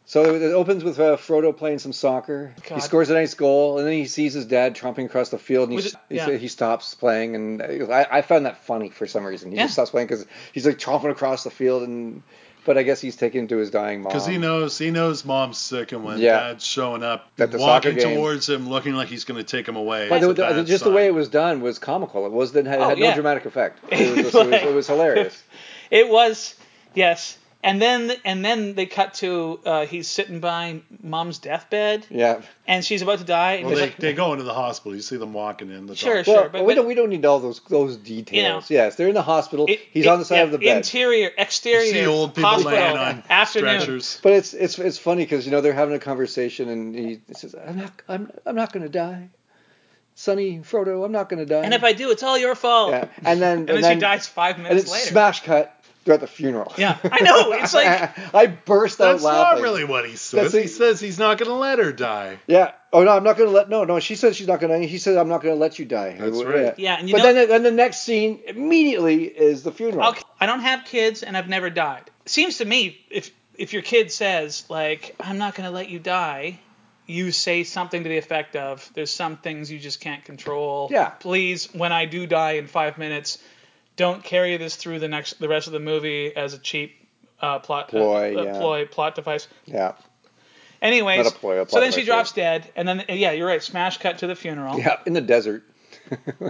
[SPEAKER 2] So it it opens with uh, Frodo playing some soccer.
[SPEAKER 1] God.
[SPEAKER 2] He scores a nice goal, and then he sees his dad tromping across the field, and
[SPEAKER 1] Was
[SPEAKER 2] he,
[SPEAKER 1] it-
[SPEAKER 2] st- he
[SPEAKER 1] yeah.
[SPEAKER 2] st- he stops playing. And uh, I, I found that funny for some reason. He
[SPEAKER 1] Yeah.
[SPEAKER 2] just stops playing because he's like tromping across the field, and but I guess he's taken to his dying mom.
[SPEAKER 10] Because he knows he knows mom's sick, and when
[SPEAKER 2] Um, Yeah.
[SPEAKER 10] dad's showing up,
[SPEAKER 2] At the soccer
[SPEAKER 10] walking
[SPEAKER 2] game.
[SPEAKER 10] towards him, looking like he's going to take him away.
[SPEAKER 2] But
[SPEAKER 10] is a
[SPEAKER 2] the, the-
[SPEAKER 10] bad
[SPEAKER 2] just
[SPEAKER 10] sign.
[SPEAKER 2] the way it was done was comical. It was then had,
[SPEAKER 1] Oh,
[SPEAKER 2] had
[SPEAKER 1] yeah.
[SPEAKER 2] no
[SPEAKER 1] <laughs>
[SPEAKER 2] dramatic effect. It was, just- it was, it was hilarious.
[SPEAKER 1] It was yes, and then and then they cut to uh, he's sitting by mom's deathbed,
[SPEAKER 2] Yeah.
[SPEAKER 1] and she's about to die. and
[SPEAKER 10] Well,
[SPEAKER 1] he's
[SPEAKER 10] they,
[SPEAKER 1] like-
[SPEAKER 10] they go into the hospital. You see them walking in. The
[SPEAKER 1] Sure,
[SPEAKER 10] doctor.
[SPEAKER 1] sure.
[SPEAKER 2] Well,
[SPEAKER 1] but-
[SPEAKER 2] we
[SPEAKER 1] but-
[SPEAKER 2] don't we don't need all those those details. yes, they're in the hospital.
[SPEAKER 1] It-
[SPEAKER 2] He's
[SPEAKER 1] it-
[SPEAKER 2] on the side
[SPEAKER 1] yeah,
[SPEAKER 2] of the bed.
[SPEAKER 1] Interior, exterior,
[SPEAKER 10] You see old people
[SPEAKER 1] hospital,
[SPEAKER 10] laying on
[SPEAKER 1] afternoon.
[SPEAKER 10] stretchers.
[SPEAKER 2] But it's it's it's funny because you know they're having a conversation and he says, "I'm not I'm I'm not gonna die, Sonny Frodo, I'm not gonna die."
[SPEAKER 1] And if I do, it's all your fault.
[SPEAKER 2] yeah. and then
[SPEAKER 1] And, then, she dies five
[SPEAKER 2] and
[SPEAKER 1] minutes
[SPEAKER 2] it's
[SPEAKER 1] later.
[SPEAKER 2] smash cut. They're at the funeral.
[SPEAKER 1] yeah, I know. It's like
[SPEAKER 2] <laughs> I burst out
[SPEAKER 10] That's
[SPEAKER 2] laughing.
[SPEAKER 10] not really what he says.
[SPEAKER 2] That's a-
[SPEAKER 10] he says he's not going to let her die.
[SPEAKER 2] Yeah. Oh no, I'm not gonna let. No, no. She said she's not gonna. He said I'm not gonna let you die.
[SPEAKER 10] That's right.
[SPEAKER 1] Yeah, and you
[SPEAKER 2] but
[SPEAKER 1] know-
[SPEAKER 2] then then the next scene immediately is the funeral.
[SPEAKER 1] okay, I don't have kids and I've never died. Seems to me if if your kid says like I'm not going to let you die, you say something to the effect of there's some things you just can't control.
[SPEAKER 2] Yeah.
[SPEAKER 1] Please when I do die in 5 minutes, don't carry this through the next the rest of the movie as a cheap uh, plot
[SPEAKER 2] Ploy,
[SPEAKER 1] uh,
[SPEAKER 2] yeah.
[SPEAKER 1] ploy plot device.
[SPEAKER 2] Yeah.
[SPEAKER 1] Anyways,
[SPEAKER 2] Not a ploy,
[SPEAKER 1] so
[SPEAKER 2] a plot
[SPEAKER 1] then she
[SPEAKER 2] device,
[SPEAKER 1] drops dead and then yeah, you're right, smash cut to the funeral.
[SPEAKER 2] Yeah. In the desert.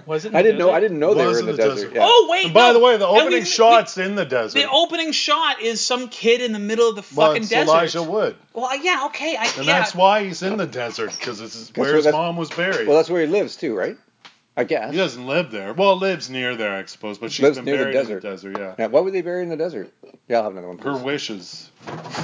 [SPEAKER 1] Was it? in
[SPEAKER 2] I
[SPEAKER 1] the
[SPEAKER 2] didn't know. I
[SPEAKER 1] desert?
[SPEAKER 2] didn't know they
[SPEAKER 10] Was
[SPEAKER 2] were
[SPEAKER 10] in
[SPEAKER 2] in the
[SPEAKER 10] the
[SPEAKER 2] desert.
[SPEAKER 10] desert.
[SPEAKER 2] Yeah.
[SPEAKER 1] Oh wait!
[SPEAKER 10] And by
[SPEAKER 1] no.
[SPEAKER 10] the way, the
[SPEAKER 1] And we
[SPEAKER 10] opening
[SPEAKER 1] didn't-
[SPEAKER 10] shot's in the desert.
[SPEAKER 1] The opening shot is some kid in the middle of the fucking
[SPEAKER 10] well, it's
[SPEAKER 1] desert.
[SPEAKER 10] Elijah Wood,
[SPEAKER 1] Well, uh, yeah, okay, I
[SPEAKER 10] and
[SPEAKER 1] yeah.
[SPEAKER 10] that's why he's in the desert because it's where
[SPEAKER 2] where
[SPEAKER 10] his
[SPEAKER 2] that's-
[SPEAKER 10] mom was buried.
[SPEAKER 2] Well, that's where he lives too, right? I guess.
[SPEAKER 10] he doesn't live there. Well, lives near there, I suppose, but she's
[SPEAKER 2] Lives
[SPEAKER 10] been
[SPEAKER 2] near the
[SPEAKER 10] buried in the desert. Yeah,
[SPEAKER 2] Now, why would they bury in the desert? Yeah, I'll have another one.
[SPEAKER 10] her
[SPEAKER 2] Please.
[SPEAKER 10] wishes.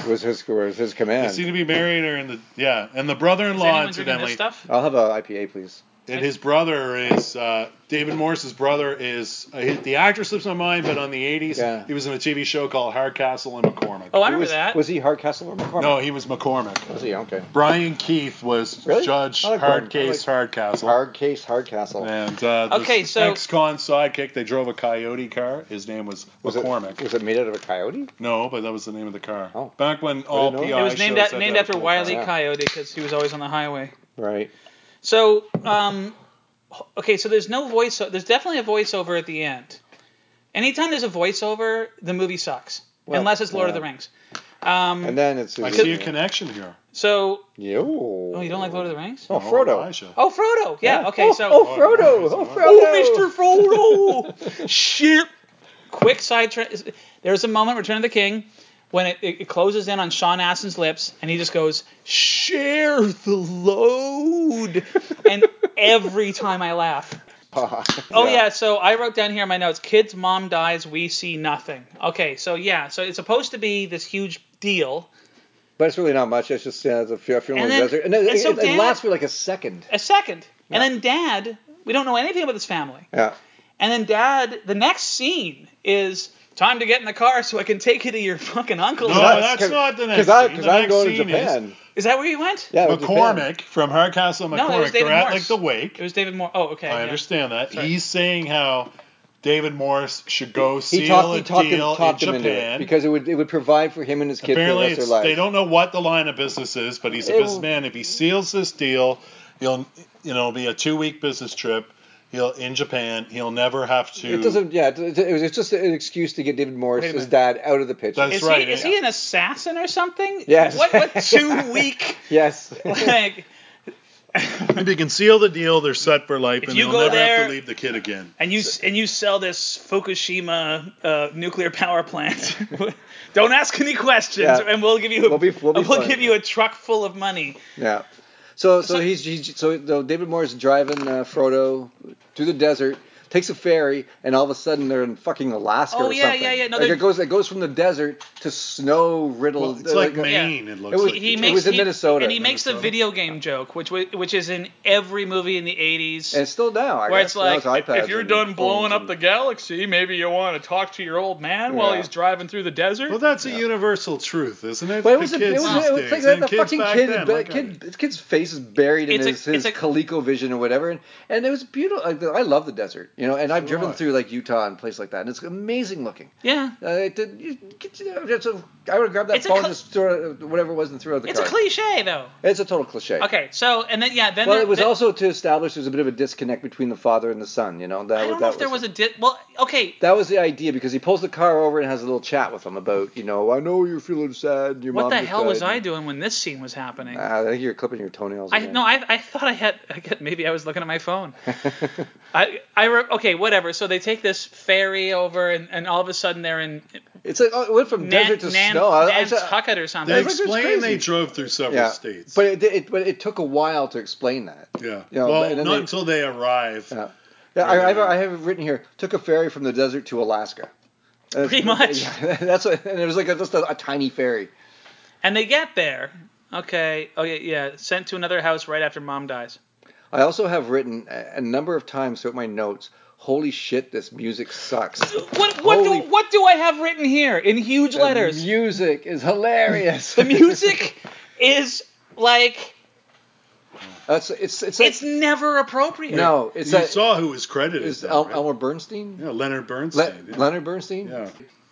[SPEAKER 2] was his was his
[SPEAKER 10] They
[SPEAKER 2] command.
[SPEAKER 10] seem to be marrying her in the yeah, and the
[SPEAKER 1] Is
[SPEAKER 10] brother-in-law
[SPEAKER 1] anyone drinking this
[SPEAKER 10] incidentally,
[SPEAKER 1] stuff?
[SPEAKER 2] I'll have a IPA, please.
[SPEAKER 10] and his brother is uh, David Morris's brother is uh, he- the actor slips my mind, but on the '80s
[SPEAKER 2] Yeah.
[SPEAKER 10] he was in a TV show called Hardcastle and McCormick.
[SPEAKER 1] Oh, I remember
[SPEAKER 2] was,
[SPEAKER 1] that.
[SPEAKER 2] Was he Hardcastle or McCormick?
[SPEAKER 10] no, he was McCormick.
[SPEAKER 2] Was he? Okay.
[SPEAKER 10] Brian Keith was
[SPEAKER 2] Really?
[SPEAKER 10] Judge
[SPEAKER 2] I like Brian- I
[SPEAKER 10] Hardcase
[SPEAKER 2] like-
[SPEAKER 10] Hardcastle.
[SPEAKER 2] Hard case, Hardcastle.
[SPEAKER 10] And uh, this
[SPEAKER 1] Okay, so-
[SPEAKER 10] ex-con sidekick, they drove a coyote car. His name was,
[SPEAKER 2] Was
[SPEAKER 10] McCormick.
[SPEAKER 2] It, was it made out of a coyote?
[SPEAKER 10] no, but that was the name of the car.
[SPEAKER 2] Oh.
[SPEAKER 10] Back when all
[SPEAKER 2] know that.
[SPEAKER 10] PI
[SPEAKER 1] it was named,
[SPEAKER 10] shows
[SPEAKER 1] at,
[SPEAKER 10] had
[SPEAKER 1] named
[SPEAKER 10] to
[SPEAKER 1] after
[SPEAKER 10] have a
[SPEAKER 1] Wiley
[SPEAKER 2] Yeah.
[SPEAKER 1] Coyote because he was always on the highway.
[SPEAKER 2] Right.
[SPEAKER 1] So, um, okay, so there's no voice. There's definitely a voiceover at the end. Anytime there's a voiceover, the movie sucks,
[SPEAKER 2] Well,
[SPEAKER 1] unless it's Lord of
[SPEAKER 2] yeah.
[SPEAKER 1] the Rings. Um,
[SPEAKER 2] And then it's.
[SPEAKER 10] car. I see a connection here.
[SPEAKER 1] so,
[SPEAKER 2] Yo.
[SPEAKER 1] oh, you don't like Lord of the Rings?
[SPEAKER 2] Oh, Frodo.
[SPEAKER 10] Elijah.
[SPEAKER 1] Oh, Frodo. Yeah. Okay.
[SPEAKER 2] Oh,
[SPEAKER 1] so,
[SPEAKER 2] oh, Frodo. Oh, Frodo.
[SPEAKER 1] Oh,
[SPEAKER 2] <laughs>
[SPEAKER 1] Mr. Frodo! <laughs> Shit! Quick side tra- There's a moment, Return of the King, when it, it, it closes in on Sean Astin's lips, and he just goes, "Share the
[SPEAKER 2] <laughs>
[SPEAKER 1] load," and every time I laugh. Oh yeah. so I wrote down here in my notes: "Kid's mom dies, we see nothing." Okay, so yeah, so it's supposed to be this huge deal.
[SPEAKER 2] But it's really not much. It's just yeah, it's a fu- funeral
[SPEAKER 1] And
[SPEAKER 2] in the
[SPEAKER 1] then-
[SPEAKER 2] desert. And it,
[SPEAKER 1] and
[SPEAKER 2] it,
[SPEAKER 1] so
[SPEAKER 2] it,
[SPEAKER 1] Dan-
[SPEAKER 2] lasts for like a second.
[SPEAKER 1] A second, and then Dad. We don't know anything about this family.
[SPEAKER 2] Yeah.
[SPEAKER 1] And then dad, the next scene is time to get in the car so I can take you to your fucking uncle.
[SPEAKER 10] No,
[SPEAKER 2] that's-
[SPEAKER 10] that's not the next
[SPEAKER 2] Because I
[SPEAKER 10] scene.
[SPEAKER 2] because
[SPEAKER 10] The
[SPEAKER 2] I'm
[SPEAKER 10] next
[SPEAKER 2] going to
[SPEAKER 10] scene
[SPEAKER 2] Japan.
[SPEAKER 10] Is
[SPEAKER 1] Is that where you went?
[SPEAKER 2] yeah. it was Japan.
[SPEAKER 10] McCormick from Hardcastle and
[SPEAKER 1] No, it was
[SPEAKER 10] McCormick.
[SPEAKER 1] David
[SPEAKER 10] They're at
[SPEAKER 1] Morse.
[SPEAKER 10] like the wake.
[SPEAKER 1] It was David Moore. Oh, okay.
[SPEAKER 10] I
[SPEAKER 1] yeah.
[SPEAKER 10] understand that.
[SPEAKER 1] Sorry.
[SPEAKER 10] He's saying how David Morris should go seal
[SPEAKER 2] He talked. He
[SPEAKER 10] a
[SPEAKER 2] talked him,
[SPEAKER 10] deal
[SPEAKER 2] talked
[SPEAKER 10] in
[SPEAKER 2] him
[SPEAKER 10] Japan.
[SPEAKER 2] into it because it would it would provide for him and his kid for the
[SPEAKER 10] Apparently,
[SPEAKER 2] rest of their
[SPEAKER 10] it's,
[SPEAKER 2] lives.
[SPEAKER 10] they don't know what the line of business is, but he's a
[SPEAKER 2] It will-
[SPEAKER 10] businessman. If he seals this deal, he'll you know be a two week business trip. He'll in Japan. He'll never have to.
[SPEAKER 2] It doesn't. Yeah, it, it, it was it's just an excuse to get David Morris,
[SPEAKER 1] Wait a
[SPEAKER 2] his
[SPEAKER 1] minute.
[SPEAKER 2] dad, out of the picture.
[SPEAKER 10] That's
[SPEAKER 1] Is,
[SPEAKER 10] right.
[SPEAKER 1] he, is
[SPEAKER 10] yeah.
[SPEAKER 1] he an assassin or something?
[SPEAKER 2] Yes.
[SPEAKER 1] What, what two week?
[SPEAKER 2] <laughs> yes.
[SPEAKER 1] Like,
[SPEAKER 10] If you can seal the deal, they're set for life,
[SPEAKER 1] If
[SPEAKER 10] and
[SPEAKER 1] you
[SPEAKER 10] they'll
[SPEAKER 1] go
[SPEAKER 10] never
[SPEAKER 1] there-
[SPEAKER 10] have to leave the kid again.
[SPEAKER 1] and you and you sell this Fukushima uh, nuclear power plant. <laughs> Don't ask any questions,
[SPEAKER 2] Yeah.
[SPEAKER 1] and <laughs> we'll give you a,
[SPEAKER 2] We'll be- we'll be fine.
[SPEAKER 1] give you a truck full of money.
[SPEAKER 2] <laughs> yeah. So so he's, he's so though David Morris is driving uh, Frodo through the desert. Takes a ferry, and all of a sudden they're in fucking Alaska
[SPEAKER 1] Oh,
[SPEAKER 2] or
[SPEAKER 1] yeah,
[SPEAKER 2] something.
[SPEAKER 1] yeah, yeah, no,
[SPEAKER 2] like
[SPEAKER 1] they're-
[SPEAKER 2] it goes, it goes from the desert to snow-riddled.
[SPEAKER 10] Well, it's like
[SPEAKER 2] uh,
[SPEAKER 10] Maine. It looks
[SPEAKER 2] It was-
[SPEAKER 10] like
[SPEAKER 1] He
[SPEAKER 2] It
[SPEAKER 1] makes
[SPEAKER 2] was in
[SPEAKER 1] he-
[SPEAKER 2] Minnesota.
[SPEAKER 1] and he makes the
[SPEAKER 10] Minnesota.
[SPEAKER 1] video game joke, which wa- which is in every movie in the '80s.
[SPEAKER 2] and it's still now. I
[SPEAKER 1] Where
[SPEAKER 2] guess.
[SPEAKER 1] it's like,
[SPEAKER 2] now it's iPads
[SPEAKER 1] if you're
[SPEAKER 2] and
[SPEAKER 1] done
[SPEAKER 2] phones
[SPEAKER 1] blowing up
[SPEAKER 2] and-
[SPEAKER 1] the galaxy, maybe you want to talk to your old man while
[SPEAKER 2] Yeah.
[SPEAKER 1] he's driving through the desert.
[SPEAKER 10] Well, that's a universal truth, isn't it?
[SPEAKER 2] But it
[SPEAKER 10] The
[SPEAKER 2] was, a, it
[SPEAKER 10] kids
[SPEAKER 2] was,
[SPEAKER 10] these
[SPEAKER 2] it was
[SPEAKER 10] days,
[SPEAKER 2] like that
[SPEAKER 10] and
[SPEAKER 2] the
[SPEAKER 10] kids
[SPEAKER 2] fucking
[SPEAKER 10] back
[SPEAKER 2] kid,
[SPEAKER 10] then,
[SPEAKER 2] but
[SPEAKER 10] look at
[SPEAKER 2] kid,
[SPEAKER 10] it.
[SPEAKER 2] this kid's face is buried in
[SPEAKER 1] It's a-
[SPEAKER 2] his, his
[SPEAKER 1] it's a-
[SPEAKER 2] ColecoVision or whatever, and, and it was beautiful. Like, I love the desert, you know, and I've
[SPEAKER 10] Sure.
[SPEAKER 2] driven through like Utah and places like that, and it's amazing looking.
[SPEAKER 1] yeah.
[SPEAKER 2] Uh, it did, you, get, you know, it's a, I would grab that
[SPEAKER 1] It's a
[SPEAKER 2] phone,
[SPEAKER 1] cl-
[SPEAKER 2] and just throw it, whatever it was, and throw it at the
[SPEAKER 1] It's
[SPEAKER 2] car.
[SPEAKER 1] a cliche, though.
[SPEAKER 2] it's a total cliche.
[SPEAKER 1] Okay, so, and then, yeah, then
[SPEAKER 2] Well,
[SPEAKER 1] there,
[SPEAKER 2] it was
[SPEAKER 1] there-
[SPEAKER 2] also to establish there's a bit of a disconnect between the father and the son, you know. That
[SPEAKER 1] I
[SPEAKER 2] was,
[SPEAKER 1] don't
[SPEAKER 2] that
[SPEAKER 1] know if there was a. Di- well, okay.
[SPEAKER 2] that was the idea because he pulls the car over and has a little chat with him about, you know, I know you're feeling sad. Your
[SPEAKER 1] What
[SPEAKER 2] mom
[SPEAKER 1] the
[SPEAKER 2] just
[SPEAKER 1] hell was
[SPEAKER 2] died."
[SPEAKER 1] I doing when this scene was happening?
[SPEAKER 2] Uh, I think you're clipping your toenails.
[SPEAKER 1] I
[SPEAKER 2] again.
[SPEAKER 1] no, I, I thought I had. I got, maybe I was looking at my
[SPEAKER 2] <laughs>
[SPEAKER 1] phone. I I re- okay, whatever. So they take this ferry over, and, and all of a sudden they're in
[SPEAKER 2] It's like oh, it went from
[SPEAKER 1] Nan-
[SPEAKER 2] desert to
[SPEAKER 1] Nan-
[SPEAKER 2] snow. I, I, I,
[SPEAKER 1] Nantucket or
[SPEAKER 10] They
[SPEAKER 1] something.
[SPEAKER 2] That's-
[SPEAKER 10] explain they
[SPEAKER 2] crazy.
[SPEAKER 10] drove through several
[SPEAKER 2] yeah,
[SPEAKER 10] states.
[SPEAKER 2] but it, it but it took a while to explain that.
[SPEAKER 10] yeah.
[SPEAKER 2] you know,
[SPEAKER 10] well,
[SPEAKER 2] and
[SPEAKER 10] not
[SPEAKER 2] then they-
[SPEAKER 10] until they arrive.
[SPEAKER 2] Yeah. Yeah, I, I, have, I have it written here. Took a ferry from the desert to Alaska. And
[SPEAKER 1] Pretty
[SPEAKER 2] it's-
[SPEAKER 1] much.
[SPEAKER 2] <laughs> yeah, that's what, and it was like a, just a, a tiny ferry.
[SPEAKER 1] And they get there. Okay. Okay. Yeah. Sent to another house right after mom dies.
[SPEAKER 2] I also have written a, a number of times throughout my notes. Holy shit, this
[SPEAKER 1] <laughs>
[SPEAKER 2] music sucks.
[SPEAKER 1] What what
[SPEAKER 2] Holy-
[SPEAKER 1] do what do I have written here in huge letters?
[SPEAKER 2] The music is hilarious.
[SPEAKER 1] The music is like
[SPEAKER 2] <laughs> That's it's it's, like,
[SPEAKER 1] it's never appropriate.
[SPEAKER 2] no, it's
[SPEAKER 10] you
[SPEAKER 2] that,
[SPEAKER 10] saw who was credited.
[SPEAKER 2] is
[SPEAKER 10] though,
[SPEAKER 2] El,
[SPEAKER 10] right?
[SPEAKER 2] Elmer Bernstein.
[SPEAKER 10] yeah, Leonard
[SPEAKER 2] Le-
[SPEAKER 10] Bernstein. yeah.
[SPEAKER 2] Leonard Bernstein.
[SPEAKER 10] Yeah.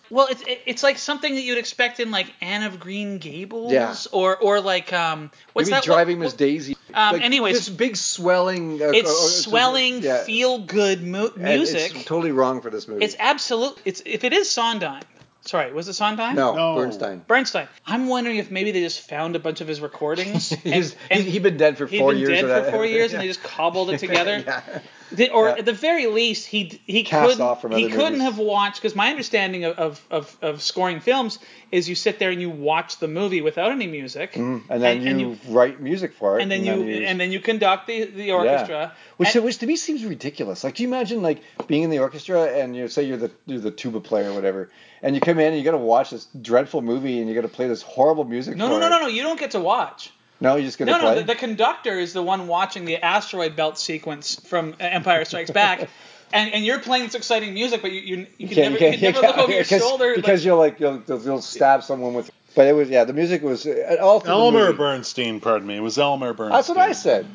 [SPEAKER 1] Well, it's it- it's like something that you'd expect in like Anne of Green Gables
[SPEAKER 2] Yeah.
[SPEAKER 1] or or like um what's
[SPEAKER 2] Maybe
[SPEAKER 1] that
[SPEAKER 2] driving
[SPEAKER 1] what-
[SPEAKER 2] Miss Daisy.
[SPEAKER 1] Um, anyways-
[SPEAKER 2] this big swelling. Uh,
[SPEAKER 1] It's
[SPEAKER 2] uh, uh,
[SPEAKER 1] swelling
[SPEAKER 2] yeah.
[SPEAKER 1] feel good mu-
[SPEAKER 2] And
[SPEAKER 1] music.
[SPEAKER 2] It's totally wrong for this movie.
[SPEAKER 1] It's absolute it's if it is Sondheim. Sorry, was it Sondheim?
[SPEAKER 2] no,
[SPEAKER 10] No.
[SPEAKER 2] Bernstein.
[SPEAKER 1] Bernstein. I'm wondering if maybe they just found a bunch of his recordings.
[SPEAKER 2] <laughs> He's, he he'd been dead for
[SPEAKER 1] He'd
[SPEAKER 2] four
[SPEAKER 1] been
[SPEAKER 2] years.
[SPEAKER 1] dead
[SPEAKER 2] with
[SPEAKER 1] for
[SPEAKER 2] that. <laughs>
[SPEAKER 1] four years, and they just cobbled it together.
[SPEAKER 2] Yeah.
[SPEAKER 1] The, or
[SPEAKER 2] Yeah.
[SPEAKER 1] at the very least, he he
[SPEAKER 2] Cast
[SPEAKER 1] couldn't
[SPEAKER 2] off from
[SPEAKER 1] he
[SPEAKER 2] other
[SPEAKER 1] couldn't
[SPEAKER 2] movies.
[SPEAKER 1] have watched because my understanding of, of, of, of scoring films is you sit there and you watch the movie without any music,
[SPEAKER 2] and then you, write music for it,
[SPEAKER 1] and then you and then you conduct the, the
[SPEAKER 2] Yeah.
[SPEAKER 1] orchestra.
[SPEAKER 2] Which,
[SPEAKER 1] And-
[SPEAKER 2] which to me seems ridiculous. Like, do you imagine like being in the orchestra and you say you're the you're the tuba player or whatever, and you come in and you got to watch this dreadful movie and you got to play this horrible music.
[SPEAKER 1] no
[SPEAKER 2] for
[SPEAKER 1] no no
[SPEAKER 2] it.
[SPEAKER 1] no no you don't get to watch.
[SPEAKER 2] No, you just got to
[SPEAKER 1] No
[SPEAKER 2] play.
[SPEAKER 1] no the, the conductor is the one watching the asteroid belt sequence from E- Empire Strikes Back.
[SPEAKER 2] <laughs>
[SPEAKER 1] And, and you're playing this exciting music, but you, you, you can never, you can never look over your
[SPEAKER 2] because,
[SPEAKER 1] shoulder.
[SPEAKER 2] because
[SPEAKER 1] like,
[SPEAKER 2] you'll like you'll, you'll, you'll stab someone with. But it was yeah, the music was uh, all through the
[SPEAKER 10] Elmer
[SPEAKER 2] movie.
[SPEAKER 10] Bernstein, pardon me. It was Elmer Bernstein.
[SPEAKER 2] That's what I said.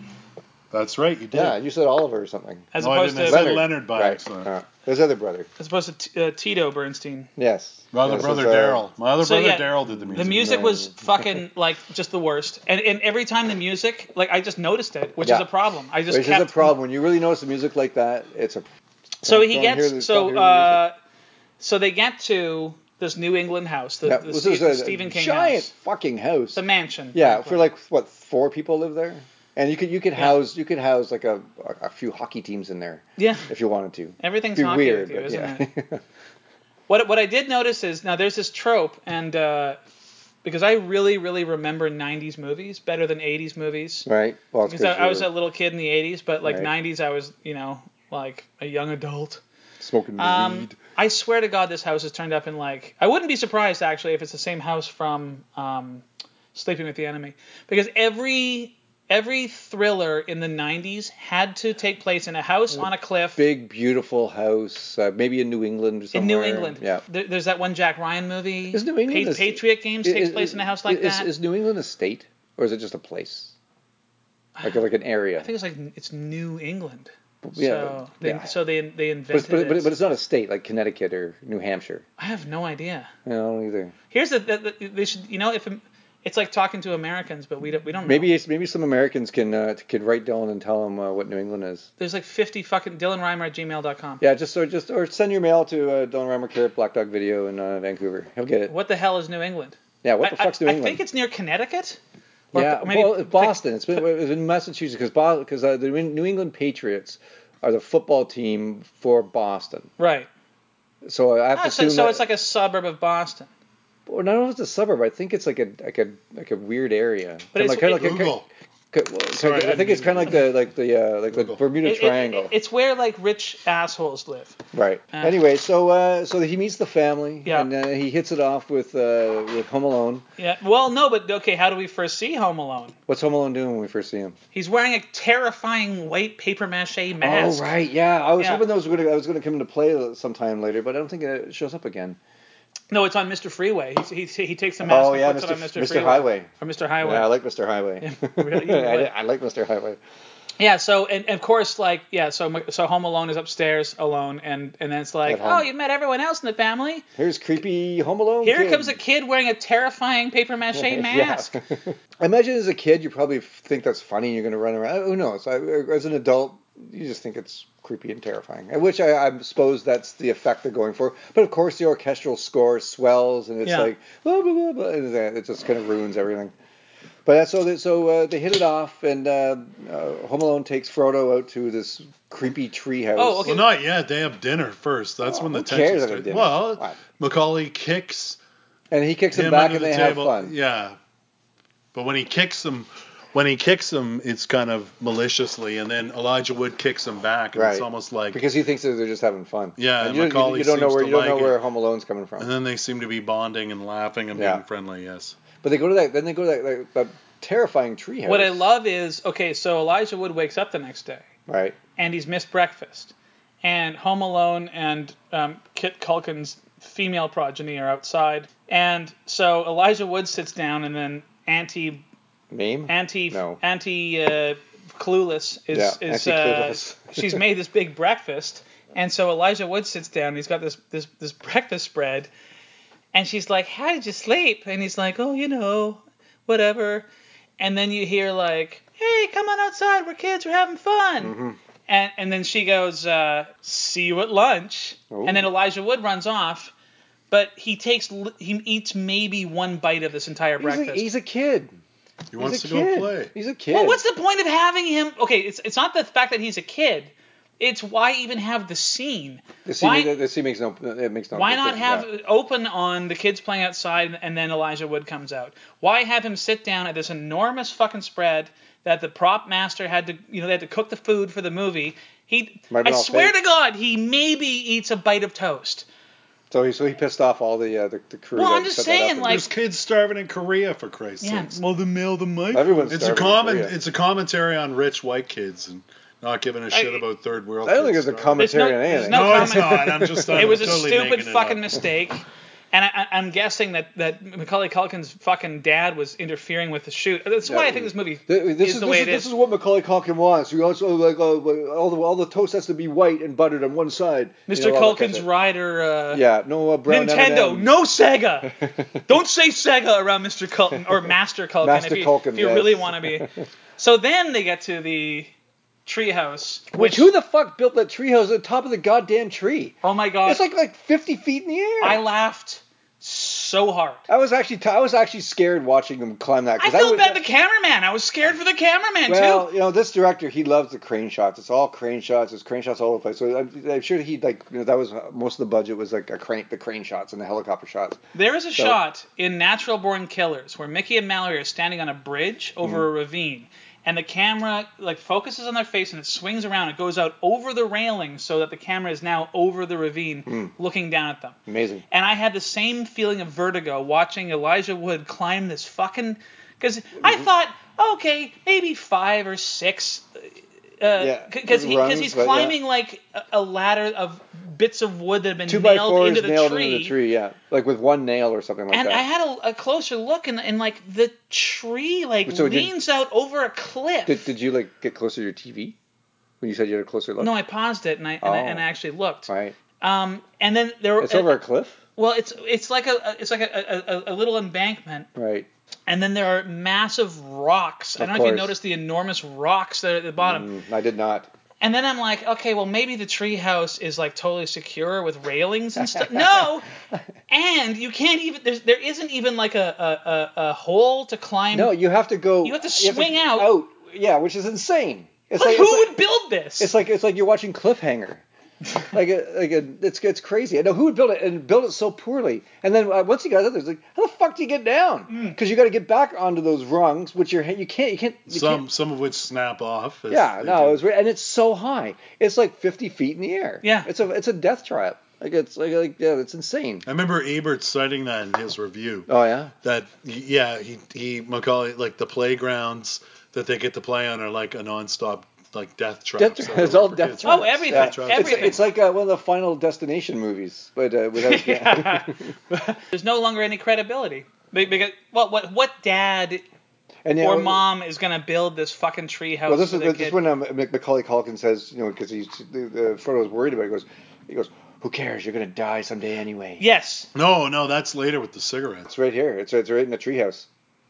[SPEAKER 10] That's right, you did.
[SPEAKER 2] Yeah, you said Oliver or something.
[SPEAKER 1] as,
[SPEAKER 10] No, I
[SPEAKER 1] opposed
[SPEAKER 10] didn't. I
[SPEAKER 1] to,
[SPEAKER 10] said Leonard by
[SPEAKER 2] right.
[SPEAKER 10] accident.
[SPEAKER 2] Uh, his other brother.
[SPEAKER 1] as opposed to T- uh, Tito Bernstein.
[SPEAKER 2] Yes.
[SPEAKER 10] My other
[SPEAKER 2] Yes,
[SPEAKER 10] brother
[SPEAKER 2] it's, uh,
[SPEAKER 10] Daryl. My other
[SPEAKER 1] So, yeah,
[SPEAKER 10] brother Daryl did the music.
[SPEAKER 1] The music was fucking like just the worst, and and every time the music, like I just noticed it, which is
[SPEAKER 2] Yeah.
[SPEAKER 1] a problem. I just
[SPEAKER 2] Which
[SPEAKER 1] kept,
[SPEAKER 2] is a problem when you really notice the music like that. It's a
[SPEAKER 1] So he
[SPEAKER 2] Don't
[SPEAKER 1] gets
[SPEAKER 2] hear the- don't
[SPEAKER 1] so
[SPEAKER 2] hear the
[SPEAKER 1] uh, so they get to this New England house, the,
[SPEAKER 2] yeah,
[SPEAKER 1] the,
[SPEAKER 2] this
[SPEAKER 1] Ste-
[SPEAKER 2] is
[SPEAKER 1] the
[SPEAKER 2] a
[SPEAKER 1] Stephen King
[SPEAKER 2] giant
[SPEAKER 1] house,
[SPEAKER 2] fucking house.
[SPEAKER 1] the mansion.
[SPEAKER 2] yeah, for like what four people live there, and you could you could house you could house like a a few hockey teams in there
[SPEAKER 1] yeah,
[SPEAKER 2] if you wanted to.
[SPEAKER 1] everything's
[SPEAKER 2] Be
[SPEAKER 1] hockey
[SPEAKER 2] weird,
[SPEAKER 1] with you,
[SPEAKER 2] but
[SPEAKER 1] isn't
[SPEAKER 2] yeah.
[SPEAKER 1] it? What what I did notice is now there's this trope, and uh, because I really really remember '90s movies better than '80s movies.
[SPEAKER 2] <laughs> right. Well, it's
[SPEAKER 1] Because I, I was a
[SPEAKER 2] you were
[SPEAKER 1] little kid in the '80s, but like
[SPEAKER 2] Right.
[SPEAKER 1] '90s, I was you know like a young adult.
[SPEAKER 2] smoking
[SPEAKER 1] Um,
[SPEAKER 2] weed.
[SPEAKER 1] I swear to God, this house is turned up in like. I wouldn't be surprised actually if it's the same house from um, Sleeping with the Enemy, because every every thriller in the '90s had to take place in a house on a cliff
[SPEAKER 2] Big beautiful house, uh, maybe in New England or
[SPEAKER 1] in
[SPEAKER 2] somewhere.
[SPEAKER 1] New England.
[SPEAKER 2] Yeah.
[SPEAKER 1] There, there's that one Jack Ryan movie.
[SPEAKER 2] Is New England
[SPEAKER 1] Pa-
[SPEAKER 2] a-
[SPEAKER 1] Patriot Games takes
[SPEAKER 2] Is-
[SPEAKER 1] place in a house like
[SPEAKER 2] is,
[SPEAKER 1] that.
[SPEAKER 2] Is New England a state or is it just
[SPEAKER 1] <sighs>
[SPEAKER 2] a place? Like like an area.
[SPEAKER 1] I think it's like it's New England.
[SPEAKER 2] Yeah,
[SPEAKER 1] So they,
[SPEAKER 2] yeah.
[SPEAKER 1] so they they
[SPEAKER 2] but, it's,
[SPEAKER 1] invented
[SPEAKER 2] but, it- but,
[SPEAKER 1] it.
[SPEAKER 2] it- but it's not a state like Connecticut or New Hampshire.
[SPEAKER 1] I have no idea.
[SPEAKER 2] No, I don't either.
[SPEAKER 1] Here's the, the, the they should you know if it's like talking to Americans, but we don't we don't know.
[SPEAKER 2] Maybe it's, maybe some Americans can uh, can write Dylan and tell him uh, what New England is.
[SPEAKER 1] There's like 50 fucking Dylan Reimer at gmail.com.
[SPEAKER 2] Yeah, just or just or send your mail to uh, Dylan Reimer Care at Black Dog Video in uh, Vancouver. He'll get it.
[SPEAKER 1] What the hell is New England?
[SPEAKER 2] yeah, what the
[SPEAKER 1] I,
[SPEAKER 2] fuck's
[SPEAKER 1] I-
[SPEAKER 2] New
[SPEAKER 1] I
[SPEAKER 2] England?
[SPEAKER 1] think it's near Connecticut. or
[SPEAKER 2] yeah,
[SPEAKER 1] maybe-
[SPEAKER 2] well, it's Boston. It's been, it's been Massachusetts because because uh, the New England Patriots are the football team for Boston.
[SPEAKER 1] Right.
[SPEAKER 2] So I have
[SPEAKER 1] Ah,
[SPEAKER 2] to
[SPEAKER 1] so,
[SPEAKER 2] assume
[SPEAKER 1] so
[SPEAKER 2] that-
[SPEAKER 1] it's like a suburb of Boston.
[SPEAKER 2] Well, not know if it's a suburb. I think it's like a like a like a weird area.
[SPEAKER 1] But
[SPEAKER 2] Kinda
[SPEAKER 1] it's-
[SPEAKER 2] like,
[SPEAKER 1] it-
[SPEAKER 2] kinda like a-
[SPEAKER 10] Google.
[SPEAKER 2] kinda- well, kinda-
[SPEAKER 10] Sorry, I
[SPEAKER 2] I think it's kind
[SPEAKER 10] didn't
[SPEAKER 2] of like the like the uh, like the
[SPEAKER 10] Google.
[SPEAKER 2] Bermuda
[SPEAKER 1] It- it-
[SPEAKER 2] Triangle.
[SPEAKER 1] it- it's where like rich assholes live.
[SPEAKER 2] Right. anyway, so uh, so he meets the family,
[SPEAKER 1] Yeah.
[SPEAKER 2] and uh, he hits it off with uh, with Home Alone.
[SPEAKER 1] Yeah. Well, no, but okay, how do we first see Home Alone?
[SPEAKER 2] What's Home Alone doing when we first see him?
[SPEAKER 1] He's wearing a terrifying white paper mache mask.
[SPEAKER 2] Oh right, yeah. I was
[SPEAKER 1] Yeah.
[SPEAKER 2] hoping that was going to I was going to come into play sometime later, but I don't think it shows up again.
[SPEAKER 1] No, it's on Mr. Freeway. He, he, he takes the mask
[SPEAKER 2] Oh,
[SPEAKER 1] and
[SPEAKER 2] yeah,
[SPEAKER 1] puts it on
[SPEAKER 2] Mr.
[SPEAKER 1] Mr.
[SPEAKER 2] Mr.
[SPEAKER 1] Freeway.
[SPEAKER 2] Highway.
[SPEAKER 1] Or Mr. Highway.
[SPEAKER 2] Yeah, I like <laughs> Mr. Highway.
[SPEAKER 1] <laughs> really? You
[SPEAKER 2] <laughs> I,
[SPEAKER 1] like-
[SPEAKER 2] I like Mr. Highway.
[SPEAKER 1] Yeah, so and, and of course like yeah, so so Home Alone is upstairs alone and and then it's like,
[SPEAKER 2] At home.
[SPEAKER 1] "Oh, you've met everyone else in the family."
[SPEAKER 2] Here's creepy Home Alone.
[SPEAKER 1] Here
[SPEAKER 2] kid.
[SPEAKER 1] comes a kid wearing a terrifying
[SPEAKER 2] <laughs>
[SPEAKER 1] paper mache mask.
[SPEAKER 2] I imagine as a kid, you probably think that's funny. and You're going to run around. Who knows? I, as an adult, you just think it's creepy and terrifying. And Which I, I suppose that's the effect they're going for. But of course, the orchestral score swells, and it's
[SPEAKER 1] Yeah.
[SPEAKER 2] like blah blah blah blah. And then it just kind of ruins everything. But uh, so they, so uh, they hit it off, and uh, uh, Home Alone takes Frodo out to this creepy tree house.
[SPEAKER 1] Oh, okay.
[SPEAKER 10] Well, not yet. They have dinner first. That's when the
[SPEAKER 2] Oh, who
[SPEAKER 10] tension
[SPEAKER 2] cares at a
[SPEAKER 10] started.
[SPEAKER 2] dinner?
[SPEAKER 10] Well,
[SPEAKER 2] What?
[SPEAKER 10] Macaulay kicks
[SPEAKER 2] And he kicks him,
[SPEAKER 10] him
[SPEAKER 2] back,
[SPEAKER 10] under
[SPEAKER 2] and
[SPEAKER 10] the
[SPEAKER 2] they
[SPEAKER 10] table.
[SPEAKER 2] have fun.
[SPEAKER 10] Yeah, but when he kicks him, when he kicks him, it's kind of maliciously, and then Elijah Wood kicks him back, and it's
[SPEAKER 2] Right.
[SPEAKER 10] almost like.
[SPEAKER 2] Because he thinks that they're just having fun.
[SPEAKER 10] Yeah,
[SPEAKER 2] and
[SPEAKER 10] and
[SPEAKER 2] you, don't- you-
[SPEAKER 10] Macaulay
[SPEAKER 2] you don't know
[SPEAKER 10] seems
[SPEAKER 2] where
[SPEAKER 10] to
[SPEAKER 2] you don't know
[SPEAKER 10] like
[SPEAKER 2] where
[SPEAKER 10] it. Uh-huh.
[SPEAKER 2] Home Alone's coming from.
[SPEAKER 10] and then they seem to be bonding and laughing and
[SPEAKER 2] Yeah.
[SPEAKER 10] being friendly. Yes.
[SPEAKER 2] But they go to that. Then they go to that, that, that terrifying treehouse.
[SPEAKER 1] What I love is okay, so Elijah Wood wakes up the next day
[SPEAKER 2] Right.
[SPEAKER 1] and he's missed breakfast. And Home Alone and um, Kit Culkin's female progeny are outside. And so Elijah Wood sits down and then Auntie
[SPEAKER 2] Meme.
[SPEAKER 1] anti
[SPEAKER 2] No.
[SPEAKER 1] anti uh, clueless is,
[SPEAKER 2] Yeah,
[SPEAKER 1] is
[SPEAKER 2] anti-clueless.
[SPEAKER 1] uh, <laughs> she's made this big breakfast and so Elijah Wood sits down and he's got this this this breakfast spread and she's like how did you sleep and he's like oh you know whatever and then you hear like hey come on outside we're kids we're having fun
[SPEAKER 2] Mm-hmm.
[SPEAKER 1] and and then she goes uh, see you at lunch
[SPEAKER 2] Oh.
[SPEAKER 1] and then Elijah Wood runs off but he takes li- he eats maybe one bite of this entire
[SPEAKER 2] he's, a,
[SPEAKER 1] breakfast
[SPEAKER 2] he's a kid.
[SPEAKER 10] He
[SPEAKER 2] He's
[SPEAKER 10] wants
[SPEAKER 2] a
[SPEAKER 10] to
[SPEAKER 2] kid.
[SPEAKER 10] go play.
[SPEAKER 2] He's a kid.
[SPEAKER 1] well, what's the point of having him? Okay, it's it's not the fact that he's a kid. it's why even have the scene?
[SPEAKER 2] The scene,
[SPEAKER 1] Why-
[SPEAKER 2] the, the scene makes no. It makes no.
[SPEAKER 1] Why not
[SPEAKER 2] difference,
[SPEAKER 1] have
[SPEAKER 2] yeah.
[SPEAKER 1] it open on the kids playing outside and then Elijah Wood comes out? Why have him sit down at this enormous fucking spread that the prop master had to, you know, they had to cook the food for the movie? He,
[SPEAKER 2] Might have
[SPEAKER 1] I
[SPEAKER 2] been all
[SPEAKER 1] swear
[SPEAKER 2] fake.
[SPEAKER 1] to God, he maybe eats a bite of toast.
[SPEAKER 2] So he so he pissed off all the uh, the, the crew.
[SPEAKER 1] Well,
[SPEAKER 2] that
[SPEAKER 1] I'm just
[SPEAKER 2] set that up
[SPEAKER 1] saying,
[SPEAKER 2] and-
[SPEAKER 1] like-
[SPEAKER 10] There's kids starving in Korea for Christ's
[SPEAKER 1] Yeah,
[SPEAKER 10] sakes.
[SPEAKER 1] well, the mill, the mic.
[SPEAKER 2] everyone's
[SPEAKER 10] It's a
[SPEAKER 2] starving in
[SPEAKER 10] common.
[SPEAKER 2] Korea.
[SPEAKER 10] It's a commentary on rich white kids and not giving a shit
[SPEAKER 1] I-
[SPEAKER 10] about third world.
[SPEAKER 2] I don't think
[SPEAKER 10] kids
[SPEAKER 2] it's a
[SPEAKER 10] starving.
[SPEAKER 2] commentary
[SPEAKER 1] no-
[SPEAKER 2] on
[SPEAKER 1] there's
[SPEAKER 2] anything.
[SPEAKER 1] no-
[SPEAKER 10] No, it's
[SPEAKER 1] comment.
[SPEAKER 10] not.
[SPEAKER 1] <laughs>
[SPEAKER 10] I'm just. I'm
[SPEAKER 1] it was
[SPEAKER 10] totally
[SPEAKER 1] a
[SPEAKER 10] making
[SPEAKER 1] stupid
[SPEAKER 10] it
[SPEAKER 1] fucking
[SPEAKER 10] up.
[SPEAKER 1] mistake. And I, I, I'm guessing that, that Macaulay Culkin's fucking dad was interfering with the shoot. That's why I think this movie
[SPEAKER 2] Th- This
[SPEAKER 1] is the
[SPEAKER 2] is, this,
[SPEAKER 1] way
[SPEAKER 2] is,
[SPEAKER 1] it
[SPEAKER 2] this
[SPEAKER 1] is.
[SPEAKER 2] is what Macaulay Culkin wants. You also like uh, all the all the toast has to be white and buttered on one side. You
[SPEAKER 1] Mr.
[SPEAKER 2] know, all that kind of
[SPEAKER 1] Culkin's
[SPEAKER 2] shit.
[SPEAKER 1] rider. Uh,
[SPEAKER 2] Yeah, no uh, brown
[SPEAKER 1] Nintendo,
[SPEAKER 2] M&Ms.
[SPEAKER 1] no Sega.
[SPEAKER 2] <laughs>
[SPEAKER 1] Don't say Sega around Mr. Culkin or Master Culkin
[SPEAKER 2] Master
[SPEAKER 1] if you,
[SPEAKER 2] Culkin,
[SPEAKER 1] if you
[SPEAKER 2] yes.
[SPEAKER 1] really want to
[SPEAKER 2] <laughs>
[SPEAKER 1] be. So then they get to the treehouse,
[SPEAKER 2] Which
[SPEAKER 1] which
[SPEAKER 2] who the fuck built that treehouse at the top of the goddamn tree?
[SPEAKER 1] oh my god,
[SPEAKER 2] It's like like 50 feet in the air.
[SPEAKER 1] I laughed so hard.
[SPEAKER 2] I was actually t- I was actually scared watching them climb that.
[SPEAKER 1] I
[SPEAKER 2] 'cause
[SPEAKER 1] felt
[SPEAKER 2] would-
[SPEAKER 1] bad the cameraman. I was scared for the cameraman
[SPEAKER 2] Well,
[SPEAKER 1] too.
[SPEAKER 2] you know, this director, he loves the crane shots. It's all crane shots. It's crane shots all over the place. So I'm, I'm sure he like you know that was most of the budget was like a crane, the crane shots and the helicopter shots.
[SPEAKER 1] There is a shot in Natural Born Killers where Mickey and Mallory are standing on a bridge over
[SPEAKER 2] Mm.
[SPEAKER 1] a ravine. And the camera like focuses on their face and it swings around. It goes out over the railing so that the camera is now over the ravine,
[SPEAKER 2] Mm.
[SPEAKER 1] looking down at them.
[SPEAKER 2] Amazing.
[SPEAKER 1] And I had the same feeling of vertigo watching Elijah Wood climb this fucking. Because I
[SPEAKER 2] Mm-hmm.
[SPEAKER 1] thought, okay, maybe five or six.
[SPEAKER 2] Yeah,
[SPEAKER 1] Because he, 'cause
[SPEAKER 2] runs,
[SPEAKER 1] he's
[SPEAKER 2] but yeah.
[SPEAKER 1] climbing like a- a ladder of bits of wood that have been
[SPEAKER 2] Two by
[SPEAKER 1] nailed,
[SPEAKER 2] four
[SPEAKER 1] into,
[SPEAKER 2] is
[SPEAKER 1] the
[SPEAKER 2] nailed
[SPEAKER 1] tree,
[SPEAKER 2] into the tree. Yeah, like with one nail or something like
[SPEAKER 1] And
[SPEAKER 2] that.
[SPEAKER 1] I had a, a closer look, and, and like the tree like
[SPEAKER 2] So did-
[SPEAKER 1] leans out over a cliff.
[SPEAKER 2] did, did you like get closer to your TV when you said you had a closer look?
[SPEAKER 1] no, I paused it and I and, I,
[SPEAKER 2] Oh.
[SPEAKER 1] and I actually looked.
[SPEAKER 2] Right.
[SPEAKER 1] Um, and then there
[SPEAKER 2] It's over a cliff.
[SPEAKER 1] Well, it's it's like a- a it's like a, a, a- a little embankment,
[SPEAKER 2] Right.
[SPEAKER 1] and then there are massive rocks. I don't
[SPEAKER 2] Of
[SPEAKER 1] know if you
[SPEAKER 2] course.
[SPEAKER 1] noticed the enormous rocks that are at the bottom.
[SPEAKER 2] Mm, I did not.
[SPEAKER 1] And then I'm like, okay, well maybe the treehouse is like totally secure with railings and
[SPEAKER 2] <laughs>
[SPEAKER 1] stuff. no, and you can't even there's, there isn't even like a, a, a, a hole to climb.
[SPEAKER 2] No, you have to go.
[SPEAKER 1] You have to swing out.
[SPEAKER 2] Out. Yeah, which is insane. It's
[SPEAKER 1] like,
[SPEAKER 2] like,
[SPEAKER 1] who
[SPEAKER 2] it's like-
[SPEAKER 1] would build this?
[SPEAKER 2] It's like it's like you're watching Cliffhanger. like a, like a, it's it's crazy. I know who would build it and build it so poorly. And then uh, once you got out there, it's like how the fuck do you get
[SPEAKER 1] Hmm.
[SPEAKER 2] down? Because you got to get back onto those rungs, which you're you can't you can't. You
[SPEAKER 10] Some
[SPEAKER 2] Can't,
[SPEAKER 10] some of which snap off. as
[SPEAKER 2] yeah,
[SPEAKER 10] they
[SPEAKER 2] no,
[SPEAKER 10] do.
[SPEAKER 2] it was weird. and it's so high. It's like 50 feet in the air.
[SPEAKER 1] Yeah.
[SPEAKER 2] it's a it's a death trap. Like it's like, like yeah, it's insane.
[SPEAKER 10] I remember Ebert citing that in his review.
[SPEAKER 2] Oh yeah,
[SPEAKER 10] That yeah, he he Macaulay like the playgrounds that they get to play on are like a nonstop like death
[SPEAKER 2] death
[SPEAKER 10] traps.
[SPEAKER 2] trap. It's
[SPEAKER 10] that were
[SPEAKER 2] all
[SPEAKER 10] for
[SPEAKER 2] death
[SPEAKER 10] kids.
[SPEAKER 2] traps.
[SPEAKER 1] Oh, everything,
[SPEAKER 2] Yeah. It's,
[SPEAKER 1] everything.
[SPEAKER 2] it's like uh, one of the Final Destination movies, but uh,
[SPEAKER 1] <laughs>
[SPEAKER 2] without.
[SPEAKER 1] there's no longer any credibility. Be- Because what what what dad
[SPEAKER 2] And, yeah,
[SPEAKER 1] or
[SPEAKER 2] it-
[SPEAKER 1] mom is gonna build this fucking treehouse?
[SPEAKER 2] Well, this
[SPEAKER 1] for
[SPEAKER 2] is
[SPEAKER 1] their
[SPEAKER 2] this is
[SPEAKER 1] kid?
[SPEAKER 2] when um, Mac- Macaulay Culkin says, you know, because he's the, the Frodo was worried about. It, he goes, he goes, who cares? You're gonna die someday anyway.
[SPEAKER 1] Yes,
[SPEAKER 10] No, no, that's later with the cigarettes.
[SPEAKER 2] It's right here. It's it's right in the treehouse.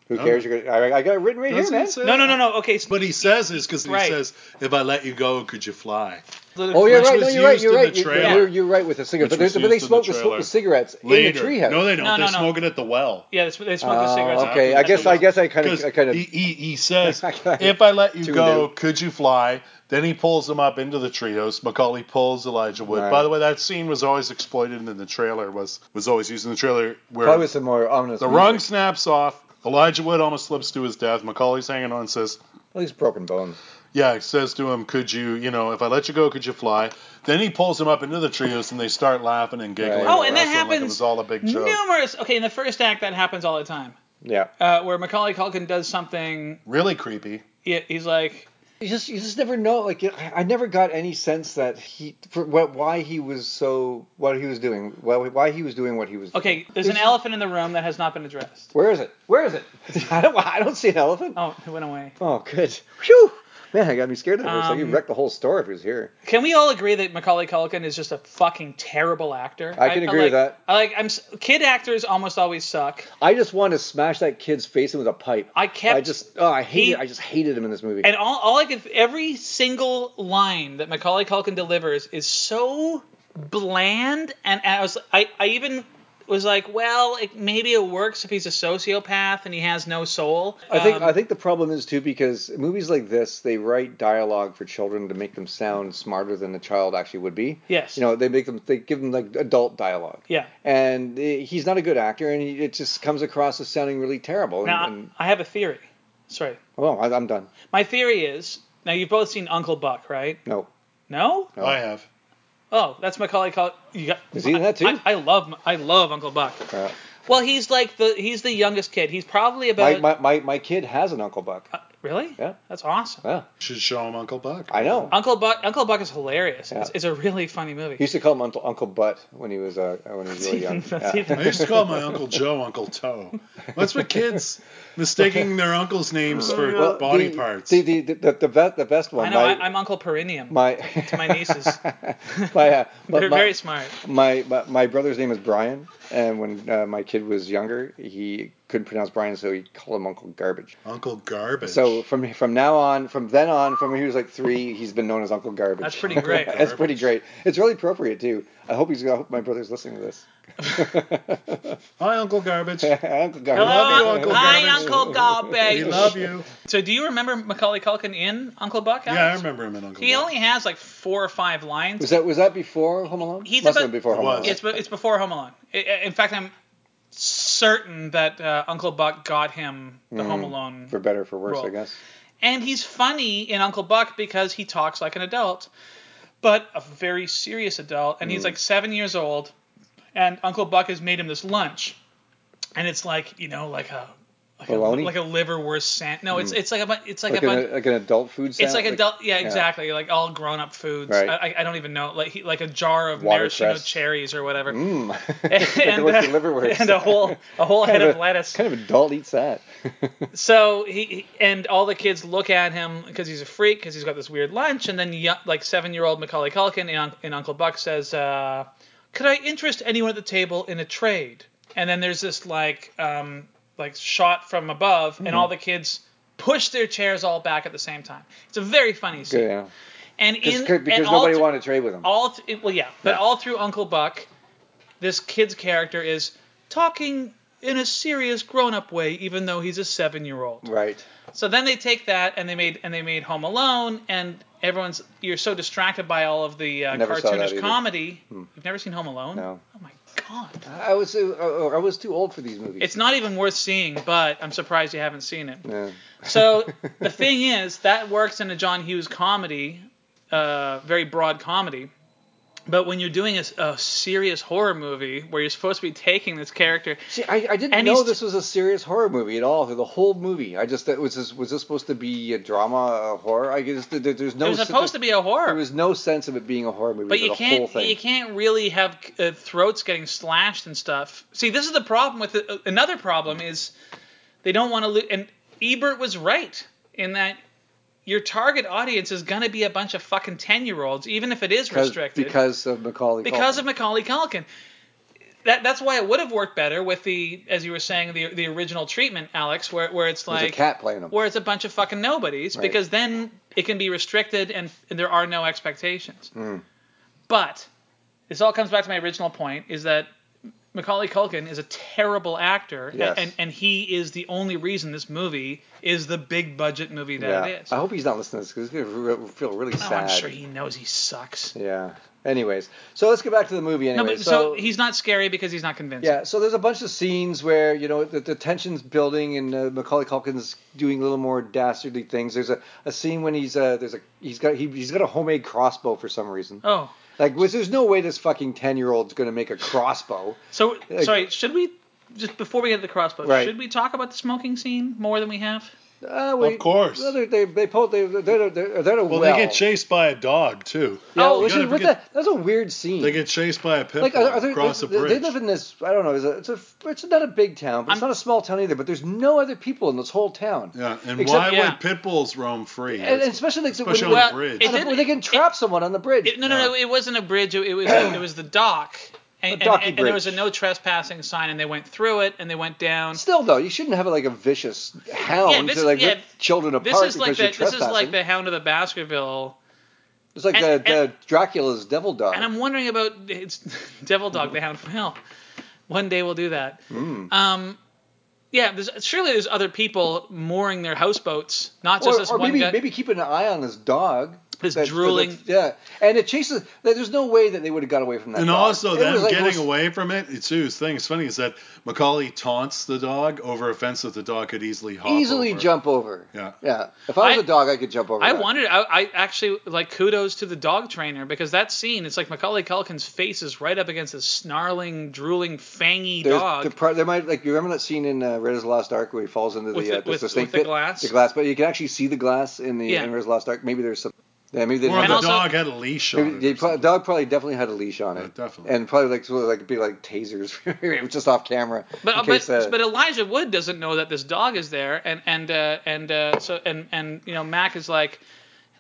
[SPEAKER 2] Who cares? You're gonna. I, I got Oh. it written right here, man.
[SPEAKER 1] no, no, no, no. Okay, so
[SPEAKER 10] What he says is because he
[SPEAKER 1] Right.
[SPEAKER 10] says, "If I let you go, could you fly?"
[SPEAKER 2] Oh, you're
[SPEAKER 10] Which
[SPEAKER 2] right. No,
[SPEAKER 10] was
[SPEAKER 2] you're right.
[SPEAKER 10] used
[SPEAKER 2] You're
[SPEAKER 10] in the
[SPEAKER 2] right. You're,
[SPEAKER 10] trailer.
[SPEAKER 2] you're, you're right with the cigarette. But,
[SPEAKER 10] Which was
[SPEAKER 2] there's- but they
[SPEAKER 10] used in the
[SPEAKER 2] smoked the, smoke
[SPEAKER 10] trailer.
[SPEAKER 2] the cigarettes
[SPEAKER 10] Later.
[SPEAKER 2] in the treehouse.
[SPEAKER 10] No, they don't.
[SPEAKER 1] No,
[SPEAKER 10] They're
[SPEAKER 1] no, no.
[SPEAKER 10] smoking at the well.
[SPEAKER 1] yeah, they sm- they smoke the
[SPEAKER 2] Oh,
[SPEAKER 1] cigarettes.
[SPEAKER 2] okay.
[SPEAKER 1] after-
[SPEAKER 2] I
[SPEAKER 1] after
[SPEAKER 2] guess
[SPEAKER 1] the-
[SPEAKER 2] I guess I kind
[SPEAKER 10] Because
[SPEAKER 2] of I kind
[SPEAKER 10] he,
[SPEAKER 2] of
[SPEAKER 10] he, he
[SPEAKER 2] <laughs>
[SPEAKER 10] says,
[SPEAKER 2] I kinda
[SPEAKER 10] if I let you
[SPEAKER 2] tuned
[SPEAKER 10] go,
[SPEAKER 2] out.
[SPEAKER 10] could you fly? Then he pulls him up into the treehouse. Macaulay pulls Elijah Wood.
[SPEAKER 2] Right.
[SPEAKER 10] By the way, that scene was always exploited in the trailer. Was was always used in the trailer where
[SPEAKER 2] probably some more ominous.
[SPEAKER 10] the
[SPEAKER 2] music.
[SPEAKER 10] rung snaps off. Elijah Wood almost slips to his death. Macaulay's hanging on. and Says,
[SPEAKER 2] At least broken bones.
[SPEAKER 10] yeah, he says to him, could you, you know, if I let you go, could you fly? Then he pulls him up into the treehouse, and they start laughing and giggling.
[SPEAKER 2] Right.
[SPEAKER 1] Oh, and that
[SPEAKER 10] wrestling like
[SPEAKER 1] happens.
[SPEAKER 10] it was all a big joke.
[SPEAKER 1] Numerous. Okay, in the first act, that happens all the time.
[SPEAKER 2] Yeah.
[SPEAKER 1] Uh, where Macaulay Culkin does something.
[SPEAKER 10] Really creepy.
[SPEAKER 1] he- He's like,
[SPEAKER 2] you just you just never know. Like I I never got any sense that he for what why he was so what he was doing why, why he was doing what he was. doing.
[SPEAKER 1] okay, there's an elephant in the room that has not been addressed.
[SPEAKER 2] Where is it? Where is it? <laughs> I don't I don't see an elephant.
[SPEAKER 1] Oh, it went away.
[SPEAKER 2] Oh, good. Phew. Man, I got me scared of it. It's
[SPEAKER 1] Um,
[SPEAKER 2] like you wrecked the whole store if he was here.
[SPEAKER 1] Can we all agree that Macaulay Culkin is just a fucking terrible actor?
[SPEAKER 2] I can agree
[SPEAKER 1] like,
[SPEAKER 2] with that.
[SPEAKER 1] I like. I'm s- kid actors almost always suck.
[SPEAKER 2] I just want to smash that kid's face in with a pipe.
[SPEAKER 1] I kept-
[SPEAKER 2] I just oh I hated
[SPEAKER 1] he-
[SPEAKER 2] I just hated him in this movie.
[SPEAKER 1] And all, all I could, every single line that Macaulay Culkin delivers is so bland, and I was, I, I even was like, well, it, maybe it works if he's a sociopath and he has no soul.
[SPEAKER 2] I think
[SPEAKER 1] Um,
[SPEAKER 2] I think the problem is too because movies like this they write dialogue for children to make them sound smarter than the child actually would be.
[SPEAKER 1] Yes.
[SPEAKER 2] You know they make them they give them like adult dialogue.
[SPEAKER 1] Yeah.
[SPEAKER 2] And eh, he's not a good actor, and he, it just comes across as sounding really terrible.
[SPEAKER 1] now,
[SPEAKER 2] and, and
[SPEAKER 1] I have a theory. Sorry.
[SPEAKER 2] well, I, I'm done.
[SPEAKER 1] My theory is now you've both seen Uncle Buck, right?
[SPEAKER 2] No.
[SPEAKER 1] No?
[SPEAKER 10] I have.
[SPEAKER 1] Oh, that's Macaulay Culkin. You got,
[SPEAKER 2] Is he in that too?
[SPEAKER 1] I, I love I love Uncle Buck.
[SPEAKER 2] Uh,
[SPEAKER 1] Well, he's like the he's the youngest kid. He's probably
[SPEAKER 2] my,
[SPEAKER 1] about
[SPEAKER 2] my, my, my kid has an Uncle Buck.
[SPEAKER 1] really.
[SPEAKER 2] Yeah.
[SPEAKER 1] That's awesome.
[SPEAKER 2] Yeah.
[SPEAKER 10] Should show him Uncle Buck.
[SPEAKER 2] I know.
[SPEAKER 1] Uncle Buck Uncle Buck is hilarious.
[SPEAKER 2] Yeah.
[SPEAKER 1] It's, it's a really funny
[SPEAKER 2] He
[SPEAKER 1] movie.
[SPEAKER 2] used to call him Uncle, Uncle Butt when he was uh, when he was
[SPEAKER 1] <laughs>
[SPEAKER 2] really young.
[SPEAKER 1] That's
[SPEAKER 2] Yeah.
[SPEAKER 1] even-
[SPEAKER 10] I used to call my Uncle Joe Uncle Toe. That's what kids mistaking their uncle's names for
[SPEAKER 2] Well,
[SPEAKER 10] body
[SPEAKER 2] the,
[SPEAKER 10] parts.
[SPEAKER 2] The the the, the, the, best, the best one.
[SPEAKER 1] I know.
[SPEAKER 2] my,
[SPEAKER 1] I, I'm Uncle Perineum.
[SPEAKER 2] my
[SPEAKER 1] to <laughs> my nieces. <laughs>
[SPEAKER 2] my, <laughs> uh, my,
[SPEAKER 1] They're
[SPEAKER 2] my-
[SPEAKER 1] very smart.
[SPEAKER 2] my, my my brother's name is Brian, and when uh, my kid was younger, he couldn't pronounce Brian, so he called him Uncle Garbage.
[SPEAKER 10] Uncle Garbage.
[SPEAKER 2] So from from now on, from then on, from when he was like three, he's been known as Uncle Garbage.
[SPEAKER 1] That's pretty great.
[SPEAKER 2] <laughs> That's pretty great. It's really appropriate too. I hope he's. I hope my brother's listening to this. <laughs>
[SPEAKER 10] Hi, Uncle Garbage.
[SPEAKER 2] Uncle Garbage.
[SPEAKER 10] love you, Uncle
[SPEAKER 1] Hi,
[SPEAKER 10] Garbage.
[SPEAKER 1] Uncle Garbage.
[SPEAKER 10] <laughs> We love you.
[SPEAKER 1] So, do you remember Macaulay Culkin in Uncle Buck?
[SPEAKER 10] Yeah, I
[SPEAKER 1] Alex?
[SPEAKER 10] remember him in Uncle
[SPEAKER 1] He
[SPEAKER 10] Buck.
[SPEAKER 1] only has like four or five lines.
[SPEAKER 2] Was that was that before Home Alone?
[SPEAKER 1] He's
[SPEAKER 2] Must
[SPEAKER 1] about-
[SPEAKER 2] have been before Home
[SPEAKER 10] It was.
[SPEAKER 2] Alone.
[SPEAKER 1] It's be- it's before Home Alone. I- I- In fact, I'm certain that uh, Uncle Buck got him the Home Alone,
[SPEAKER 2] For better or for worse,
[SPEAKER 1] Well,
[SPEAKER 2] I guess.
[SPEAKER 1] and he's funny in Uncle Buck because he talks like an adult, but a very serious adult, and
[SPEAKER 2] Mm.
[SPEAKER 1] he's like seven years old, and Uncle Buck has made him this lunch, and it's like you know like a like a,
[SPEAKER 2] Bologna? Mm.
[SPEAKER 1] like a liverwurst sand. No, it's it's like a bu- it's like,
[SPEAKER 2] Like
[SPEAKER 1] a
[SPEAKER 2] an,
[SPEAKER 1] bun-
[SPEAKER 2] like an adult food.
[SPEAKER 1] it's
[SPEAKER 2] sound,
[SPEAKER 1] like adult, yeah, exactly, like all grown up foods.
[SPEAKER 2] Right.
[SPEAKER 1] I, I- I don't even know, like he, like a jar of
[SPEAKER 2] Watercress.
[SPEAKER 1] maraschino cherries or whatever.
[SPEAKER 2] Mm. <laughs>
[SPEAKER 1] <laughs>
[SPEAKER 2] and,
[SPEAKER 1] uh, and a whole a
[SPEAKER 2] <laughs>
[SPEAKER 1] whole head
[SPEAKER 2] Kind
[SPEAKER 1] of
[SPEAKER 2] a-
[SPEAKER 1] lettuce.
[SPEAKER 2] Kind of adult eats that.
[SPEAKER 1] So he- he and all the kids look at him because he's a freak because he's got this weird lunch. And then yo- like seven year old Macaulay Culkin in, Unc- in Uncle Buck says, uh, "Could I interest anyone at the table in a trade?" And then there's this like um, like shot from above,
[SPEAKER 2] Mm-hmm.
[SPEAKER 1] and all the kids push their chairs all back at the same time. It's a very funny scene.
[SPEAKER 2] yeah.
[SPEAKER 1] And in
[SPEAKER 2] Because
[SPEAKER 1] and all
[SPEAKER 2] nobody
[SPEAKER 1] thr-
[SPEAKER 2] wanted to trade with him.
[SPEAKER 1] all th- well yeah but all through uncle buck this kid's character is talking in a serious grown-up way even though he's a seven-year-old
[SPEAKER 2] Right.
[SPEAKER 1] so then they take that and they made and they made home alone and everyone's you're so distracted by all of the uh,
[SPEAKER 2] Never saw that
[SPEAKER 1] cartoonish
[SPEAKER 2] either. Hmm.
[SPEAKER 1] comedy you've never seen home alone
[SPEAKER 2] No.
[SPEAKER 1] oh my god
[SPEAKER 2] I was uh, uh, I was too old for these movies.
[SPEAKER 1] it's not even worth seeing but i'm surprised you haven't seen it
[SPEAKER 2] Yeah. <laughs>
[SPEAKER 1] so the thing is, that works in a John Hughes comedy, uh, very broad comedy. But when you're doing a, s- a serious horror movie where you're supposed to be taking this character,
[SPEAKER 2] See, I, I didn't
[SPEAKER 1] And
[SPEAKER 2] know
[SPEAKER 1] he's-
[SPEAKER 2] this was a serious horror movie at all through the whole movie. I just thought, was this was this supposed to be a drama, a horror? I guess there, there- there's no.
[SPEAKER 1] it was supposed to be a
[SPEAKER 2] There
[SPEAKER 1] horror,
[SPEAKER 2] was no sense of it being a horror movie.
[SPEAKER 1] but
[SPEAKER 2] for
[SPEAKER 1] you
[SPEAKER 2] the whole
[SPEAKER 1] can't
[SPEAKER 2] thing.
[SPEAKER 1] you can't really have uh, throats getting slashed and stuff. See, this is the problem with it. another problem is they don't want to lose. And Ebert was right in that your target audience is gonna be a bunch of fucking ten year olds, even if it is
[SPEAKER 2] because,
[SPEAKER 1] restricted.
[SPEAKER 2] because of Macaulay.
[SPEAKER 1] because
[SPEAKER 2] Culkin.
[SPEAKER 1] of Macaulay Culkin. That that's why it would have worked better with the as you were saying the the original treatment, Alex, where where it's
[SPEAKER 2] There's
[SPEAKER 1] like
[SPEAKER 2] a cat playing him.
[SPEAKER 1] where it's a bunch of fucking nobodies
[SPEAKER 2] Right.
[SPEAKER 1] because then it can be restricted and, and there are no expectations.
[SPEAKER 2] Hmm.
[SPEAKER 1] But this all comes back to my original point is that Macaulay Culkin is a terrible actor a-
[SPEAKER 2] Yes.
[SPEAKER 1] and and he is the only reason this movie is the big budget movie that
[SPEAKER 2] yeah.
[SPEAKER 1] it is.
[SPEAKER 2] I hope he's not listening to this because it's gonna re- feel really
[SPEAKER 1] Oh,
[SPEAKER 2] sad.
[SPEAKER 1] I'm sure he knows he sucks.
[SPEAKER 2] Yeah. Anyways, so let's get back to the movie. Anyway,
[SPEAKER 1] No, but, so,
[SPEAKER 2] so,
[SPEAKER 1] he's not scary because he's not convincing.
[SPEAKER 2] yeah, so there's a bunch of scenes where you know the, the tension's building and uh, Macaulay Culkin's doing a little more dastardly things. There's a, a scene when he's uh, there's a he's got he, he's got a homemade crossbow for some reason.
[SPEAKER 1] Oh.
[SPEAKER 2] Like, was, there's no way this fucking ten year old's gonna make a crossbow.
[SPEAKER 1] So
[SPEAKER 2] Like-
[SPEAKER 1] sorry, should we just before we get to the crossbow,
[SPEAKER 2] Right.
[SPEAKER 1] should we talk about the smoking scene more than we have?
[SPEAKER 2] Uh, well,
[SPEAKER 10] Of course.
[SPEAKER 2] Well, they they they pull they they're they're, they're, they're
[SPEAKER 10] Well, they get chased by a dog too.
[SPEAKER 2] Yeah,
[SPEAKER 1] Oh,
[SPEAKER 2] which
[SPEAKER 10] you
[SPEAKER 2] is,
[SPEAKER 10] gotta
[SPEAKER 2] what
[SPEAKER 10] forget-
[SPEAKER 2] the, that's a weird scene.
[SPEAKER 10] They get chased by a pit
[SPEAKER 2] like
[SPEAKER 10] bull
[SPEAKER 2] are, are there,
[SPEAKER 10] across
[SPEAKER 2] they,
[SPEAKER 10] a bridge.
[SPEAKER 2] they live in this. I don't know. It's a, it's a it's not a big town, but it's
[SPEAKER 1] I'm-
[SPEAKER 2] not a small town either. But there's no other people in this whole town.
[SPEAKER 10] yeah, and
[SPEAKER 2] Except-
[SPEAKER 10] why
[SPEAKER 1] Yeah.
[SPEAKER 10] would pit bulls roam free?
[SPEAKER 2] And, and especially like so when,
[SPEAKER 10] Especially
[SPEAKER 2] when-
[SPEAKER 10] on a
[SPEAKER 1] Well,
[SPEAKER 10] bridge.
[SPEAKER 1] it
[SPEAKER 2] on a-
[SPEAKER 1] didn't-
[SPEAKER 2] when they can trap someone on the bridge.
[SPEAKER 1] It, no, no, no, It wasn't a bridge. It, it was it was the dock, and,
[SPEAKER 2] Uh, A
[SPEAKER 1] and,
[SPEAKER 2] docky
[SPEAKER 1] and there was a
[SPEAKER 2] bridge.
[SPEAKER 1] no trespassing sign, and they went through it, and they went down.
[SPEAKER 2] Still though, you shouldn't have like a vicious hound
[SPEAKER 1] this-
[SPEAKER 2] to like
[SPEAKER 1] yeah,
[SPEAKER 2] rip children apart
[SPEAKER 1] This is like
[SPEAKER 2] because
[SPEAKER 1] the
[SPEAKER 2] you're
[SPEAKER 1] this is like
[SPEAKER 2] trespassing.
[SPEAKER 1] the Hound of the Baskerville,
[SPEAKER 2] it's like
[SPEAKER 1] and-
[SPEAKER 2] the, the Dracula's devil dog.
[SPEAKER 1] <laughs> and I'm wondering about it's Devil Dog, the Hound from Hell. One day we'll do that.
[SPEAKER 2] Hmm.
[SPEAKER 1] Um, yeah, there's, surely there's other people mooring their houseboats, not just
[SPEAKER 2] or,
[SPEAKER 1] this
[SPEAKER 2] or
[SPEAKER 1] one
[SPEAKER 2] maybe
[SPEAKER 1] guy.
[SPEAKER 2] maybe keeping an eye on this dog.
[SPEAKER 1] This
[SPEAKER 2] That's-
[SPEAKER 1] drooling-
[SPEAKER 2] that's- yeah, and it chases. that- There's no way that they would have got away from that.
[SPEAKER 10] And
[SPEAKER 2] dog.
[SPEAKER 10] also
[SPEAKER 2] It
[SPEAKER 10] them
[SPEAKER 2] was like
[SPEAKER 10] getting
[SPEAKER 2] most-
[SPEAKER 10] away from it. It's too. The thing is funny is that Macaulay taunts the dog over a fence that the dog could easily hop
[SPEAKER 2] Easily
[SPEAKER 10] over.
[SPEAKER 2] jump over.
[SPEAKER 10] Yeah.
[SPEAKER 2] Yeah. If I was
[SPEAKER 1] I-
[SPEAKER 2] a dog, I could jump over.
[SPEAKER 1] I
[SPEAKER 2] that.
[SPEAKER 1] wondered. I, I actually like kudos to the dog trainer because that scene. It's like Macaulay Culkin's face is right up against this snarling, drooling, fangy
[SPEAKER 2] There's
[SPEAKER 1] dog.
[SPEAKER 2] The part, there might like you remember that scene in uh, Red as the Lost Ark where he falls into the
[SPEAKER 1] With
[SPEAKER 2] uh,
[SPEAKER 1] the-
[SPEAKER 2] the
[SPEAKER 1] with-
[SPEAKER 2] snake
[SPEAKER 1] with the
[SPEAKER 2] pit?
[SPEAKER 1] glass?
[SPEAKER 2] the glass, but you can actually see the glass in the
[SPEAKER 1] Yeah.
[SPEAKER 2] in Red as the Lost Ark. Maybe there's some. Yeah, maybe they
[SPEAKER 10] Or
[SPEAKER 2] didn't
[SPEAKER 10] the
[SPEAKER 1] also-
[SPEAKER 10] dog had a leash on
[SPEAKER 2] Maybe
[SPEAKER 10] it.
[SPEAKER 2] they
[SPEAKER 10] or
[SPEAKER 2] pro-
[SPEAKER 10] something.
[SPEAKER 2] dog probably definitely had a leash on it.
[SPEAKER 10] Yeah, definitely.
[SPEAKER 2] And probably like sort of like be like tasers <laughs> just off camera. in
[SPEAKER 1] but
[SPEAKER 2] case,
[SPEAKER 1] but,
[SPEAKER 2] uh,
[SPEAKER 1] but Elijah Wood doesn't know that this dog is there, and and uh, and uh, so and and you know Mac is like,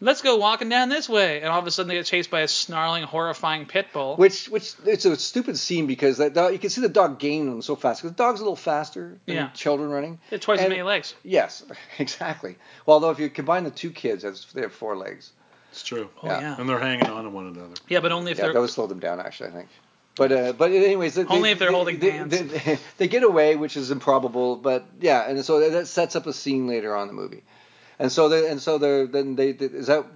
[SPEAKER 1] let's go walking down this way, and all of a sudden they get chased by a snarling, horrifying pit bull.
[SPEAKER 2] which which it's a stupid scene because that dog you can see the dog gaining them so fast because the dog's a little faster than
[SPEAKER 1] Yeah.
[SPEAKER 2] children running.
[SPEAKER 1] They had twice as
[SPEAKER 2] and-
[SPEAKER 1] many legs.
[SPEAKER 2] Yes, <laughs> exactly. Well, although if you combine the two kids, that's, they have four legs.
[SPEAKER 10] It's true.
[SPEAKER 2] yeah.
[SPEAKER 1] Oh, yeah.
[SPEAKER 10] And they're hanging on to one another.
[SPEAKER 1] Yeah, but only if
[SPEAKER 2] Yeah,
[SPEAKER 1] they're
[SPEAKER 2] that would slow them down actually, I think. But uh, but anyways, they,
[SPEAKER 1] Only if they're
[SPEAKER 2] they,
[SPEAKER 1] holding
[SPEAKER 2] they,
[SPEAKER 1] hands.
[SPEAKER 2] They, <laughs> they get away, which is improbable. But yeah, and so that- that sets up a scene later on in the movie. And so they, and so they're then they they- is that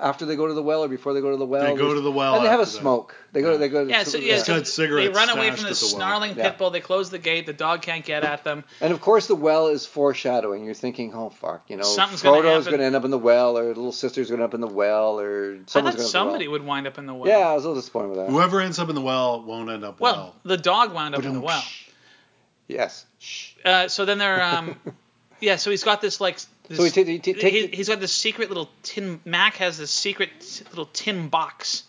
[SPEAKER 2] after they go to the well or before they go to the well?
[SPEAKER 10] They go to the well
[SPEAKER 2] And they have a
[SPEAKER 10] after that.
[SPEAKER 2] smoke. They go
[SPEAKER 10] Yeah.
[SPEAKER 2] they go to
[SPEAKER 1] Yeah, so, yeah,
[SPEAKER 10] It's
[SPEAKER 1] so
[SPEAKER 10] got cigarettes
[SPEAKER 1] they run away
[SPEAKER 10] stashed
[SPEAKER 1] from
[SPEAKER 10] at
[SPEAKER 1] this
[SPEAKER 10] the well.
[SPEAKER 1] snarling
[SPEAKER 2] Yeah.
[SPEAKER 1] pit bull. They close the gate. The dog can't get at them.
[SPEAKER 2] And of course, the well is foreshadowing. You're thinking, oh fuck, you know,
[SPEAKER 1] Something's gonna
[SPEAKER 2] Frodo's
[SPEAKER 1] happen.
[SPEAKER 2] going to end up in the well, or little sister's going to end up in the well, or someone's
[SPEAKER 1] I
[SPEAKER 2] going
[SPEAKER 1] thought
[SPEAKER 2] to
[SPEAKER 1] somebody
[SPEAKER 2] the
[SPEAKER 1] would wind up in the well.
[SPEAKER 2] well. Yeah, I was a little disappointed with that.
[SPEAKER 10] Whoever ends up in the well won't end up
[SPEAKER 1] Well,
[SPEAKER 10] well.
[SPEAKER 1] the dog wound up in the well.
[SPEAKER 2] Yes.
[SPEAKER 1] Uh, so then they're,
[SPEAKER 2] <laughs>
[SPEAKER 1] um, yeah. So he's got this like. This,
[SPEAKER 2] So he ta- he ta- take
[SPEAKER 1] he,
[SPEAKER 2] the-
[SPEAKER 1] has got this secret little tin. Mac has this secret t- little tin box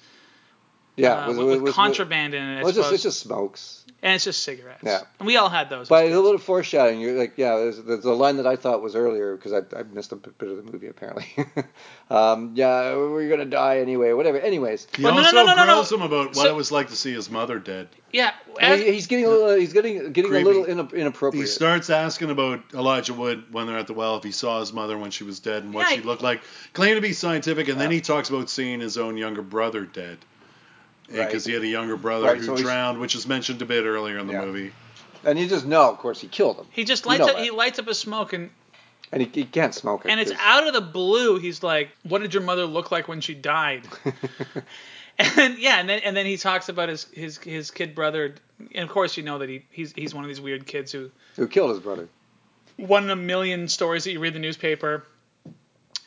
[SPEAKER 2] Yeah.
[SPEAKER 1] uh, with, with contraband in it. I
[SPEAKER 2] well, it's, just,
[SPEAKER 1] suppose.
[SPEAKER 2] it's just smokes.
[SPEAKER 1] and it's just cigarettes.
[SPEAKER 2] Yeah.
[SPEAKER 1] And we all had those.
[SPEAKER 2] But it's a little foreshadowing. You're like, yeah, there's, there's a line that I thought was earlier because I, I missed a bit bit of the movie apparently. <laughs> um, yeah, we're gonna die anyway. Whatever. Anyways,
[SPEAKER 10] He
[SPEAKER 1] Well, no, no,
[SPEAKER 10] also
[SPEAKER 1] no, no, no, no.
[SPEAKER 10] grills him about what
[SPEAKER 1] So-
[SPEAKER 10] it was like to see his mother dead.
[SPEAKER 1] yeah.
[SPEAKER 2] And
[SPEAKER 1] as-
[SPEAKER 2] he- he's getting a little, he's getting getting
[SPEAKER 10] Creepy.
[SPEAKER 2] a little ina- inappropriate.
[SPEAKER 10] He starts asking about Elijah Wood when they're at the well if he saw his mother when she was dead and what
[SPEAKER 1] Yeah, he-
[SPEAKER 10] she looked like. Claim to be scientific, and then
[SPEAKER 2] Yeah.
[SPEAKER 10] he talks about seeing his own younger brother dead
[SPEAKER 2] Right.
[SPEAKER 10] because he had a younger brother
[SPEAKER 2] Right,
[SPEAKER 10] who
[SPEAKER 2] so he's-
[SPEAKER 10] drowned, which is mentioned a bit earlier in the
[SPEAKER 2] Yeah.
[SPEAKER 10] movie.
[SPEAKER 2] and you just know, of course, he killed him.
[SPEAKER 1] he just
[SPEAKER 2] You
[SPEAKER 1] lights
[SPEAKER 2] know
[SPEAKER 1] up.
[SPEAKER 2] that.
[SPEAKER 1] He lights up a smoke and
[SPEAKER 2] and he, he can't smoke it.
[SPEAKER 1] and it's
[SPEAKER 2] 'cause-
[SPEAKER 1] out of the blue. He's like, "What did your mother look like when she
[SPEAKER 2] <laughs>
[SPEAKER 1] died?" and yeah, and then and then he talks about his his his kid brother. And of course, you know that he he's he's one of these weird kids who
[SPEAKER 2] who killed his brother.
[SPEAKER 1] one in a million stories that you read in the newspaper.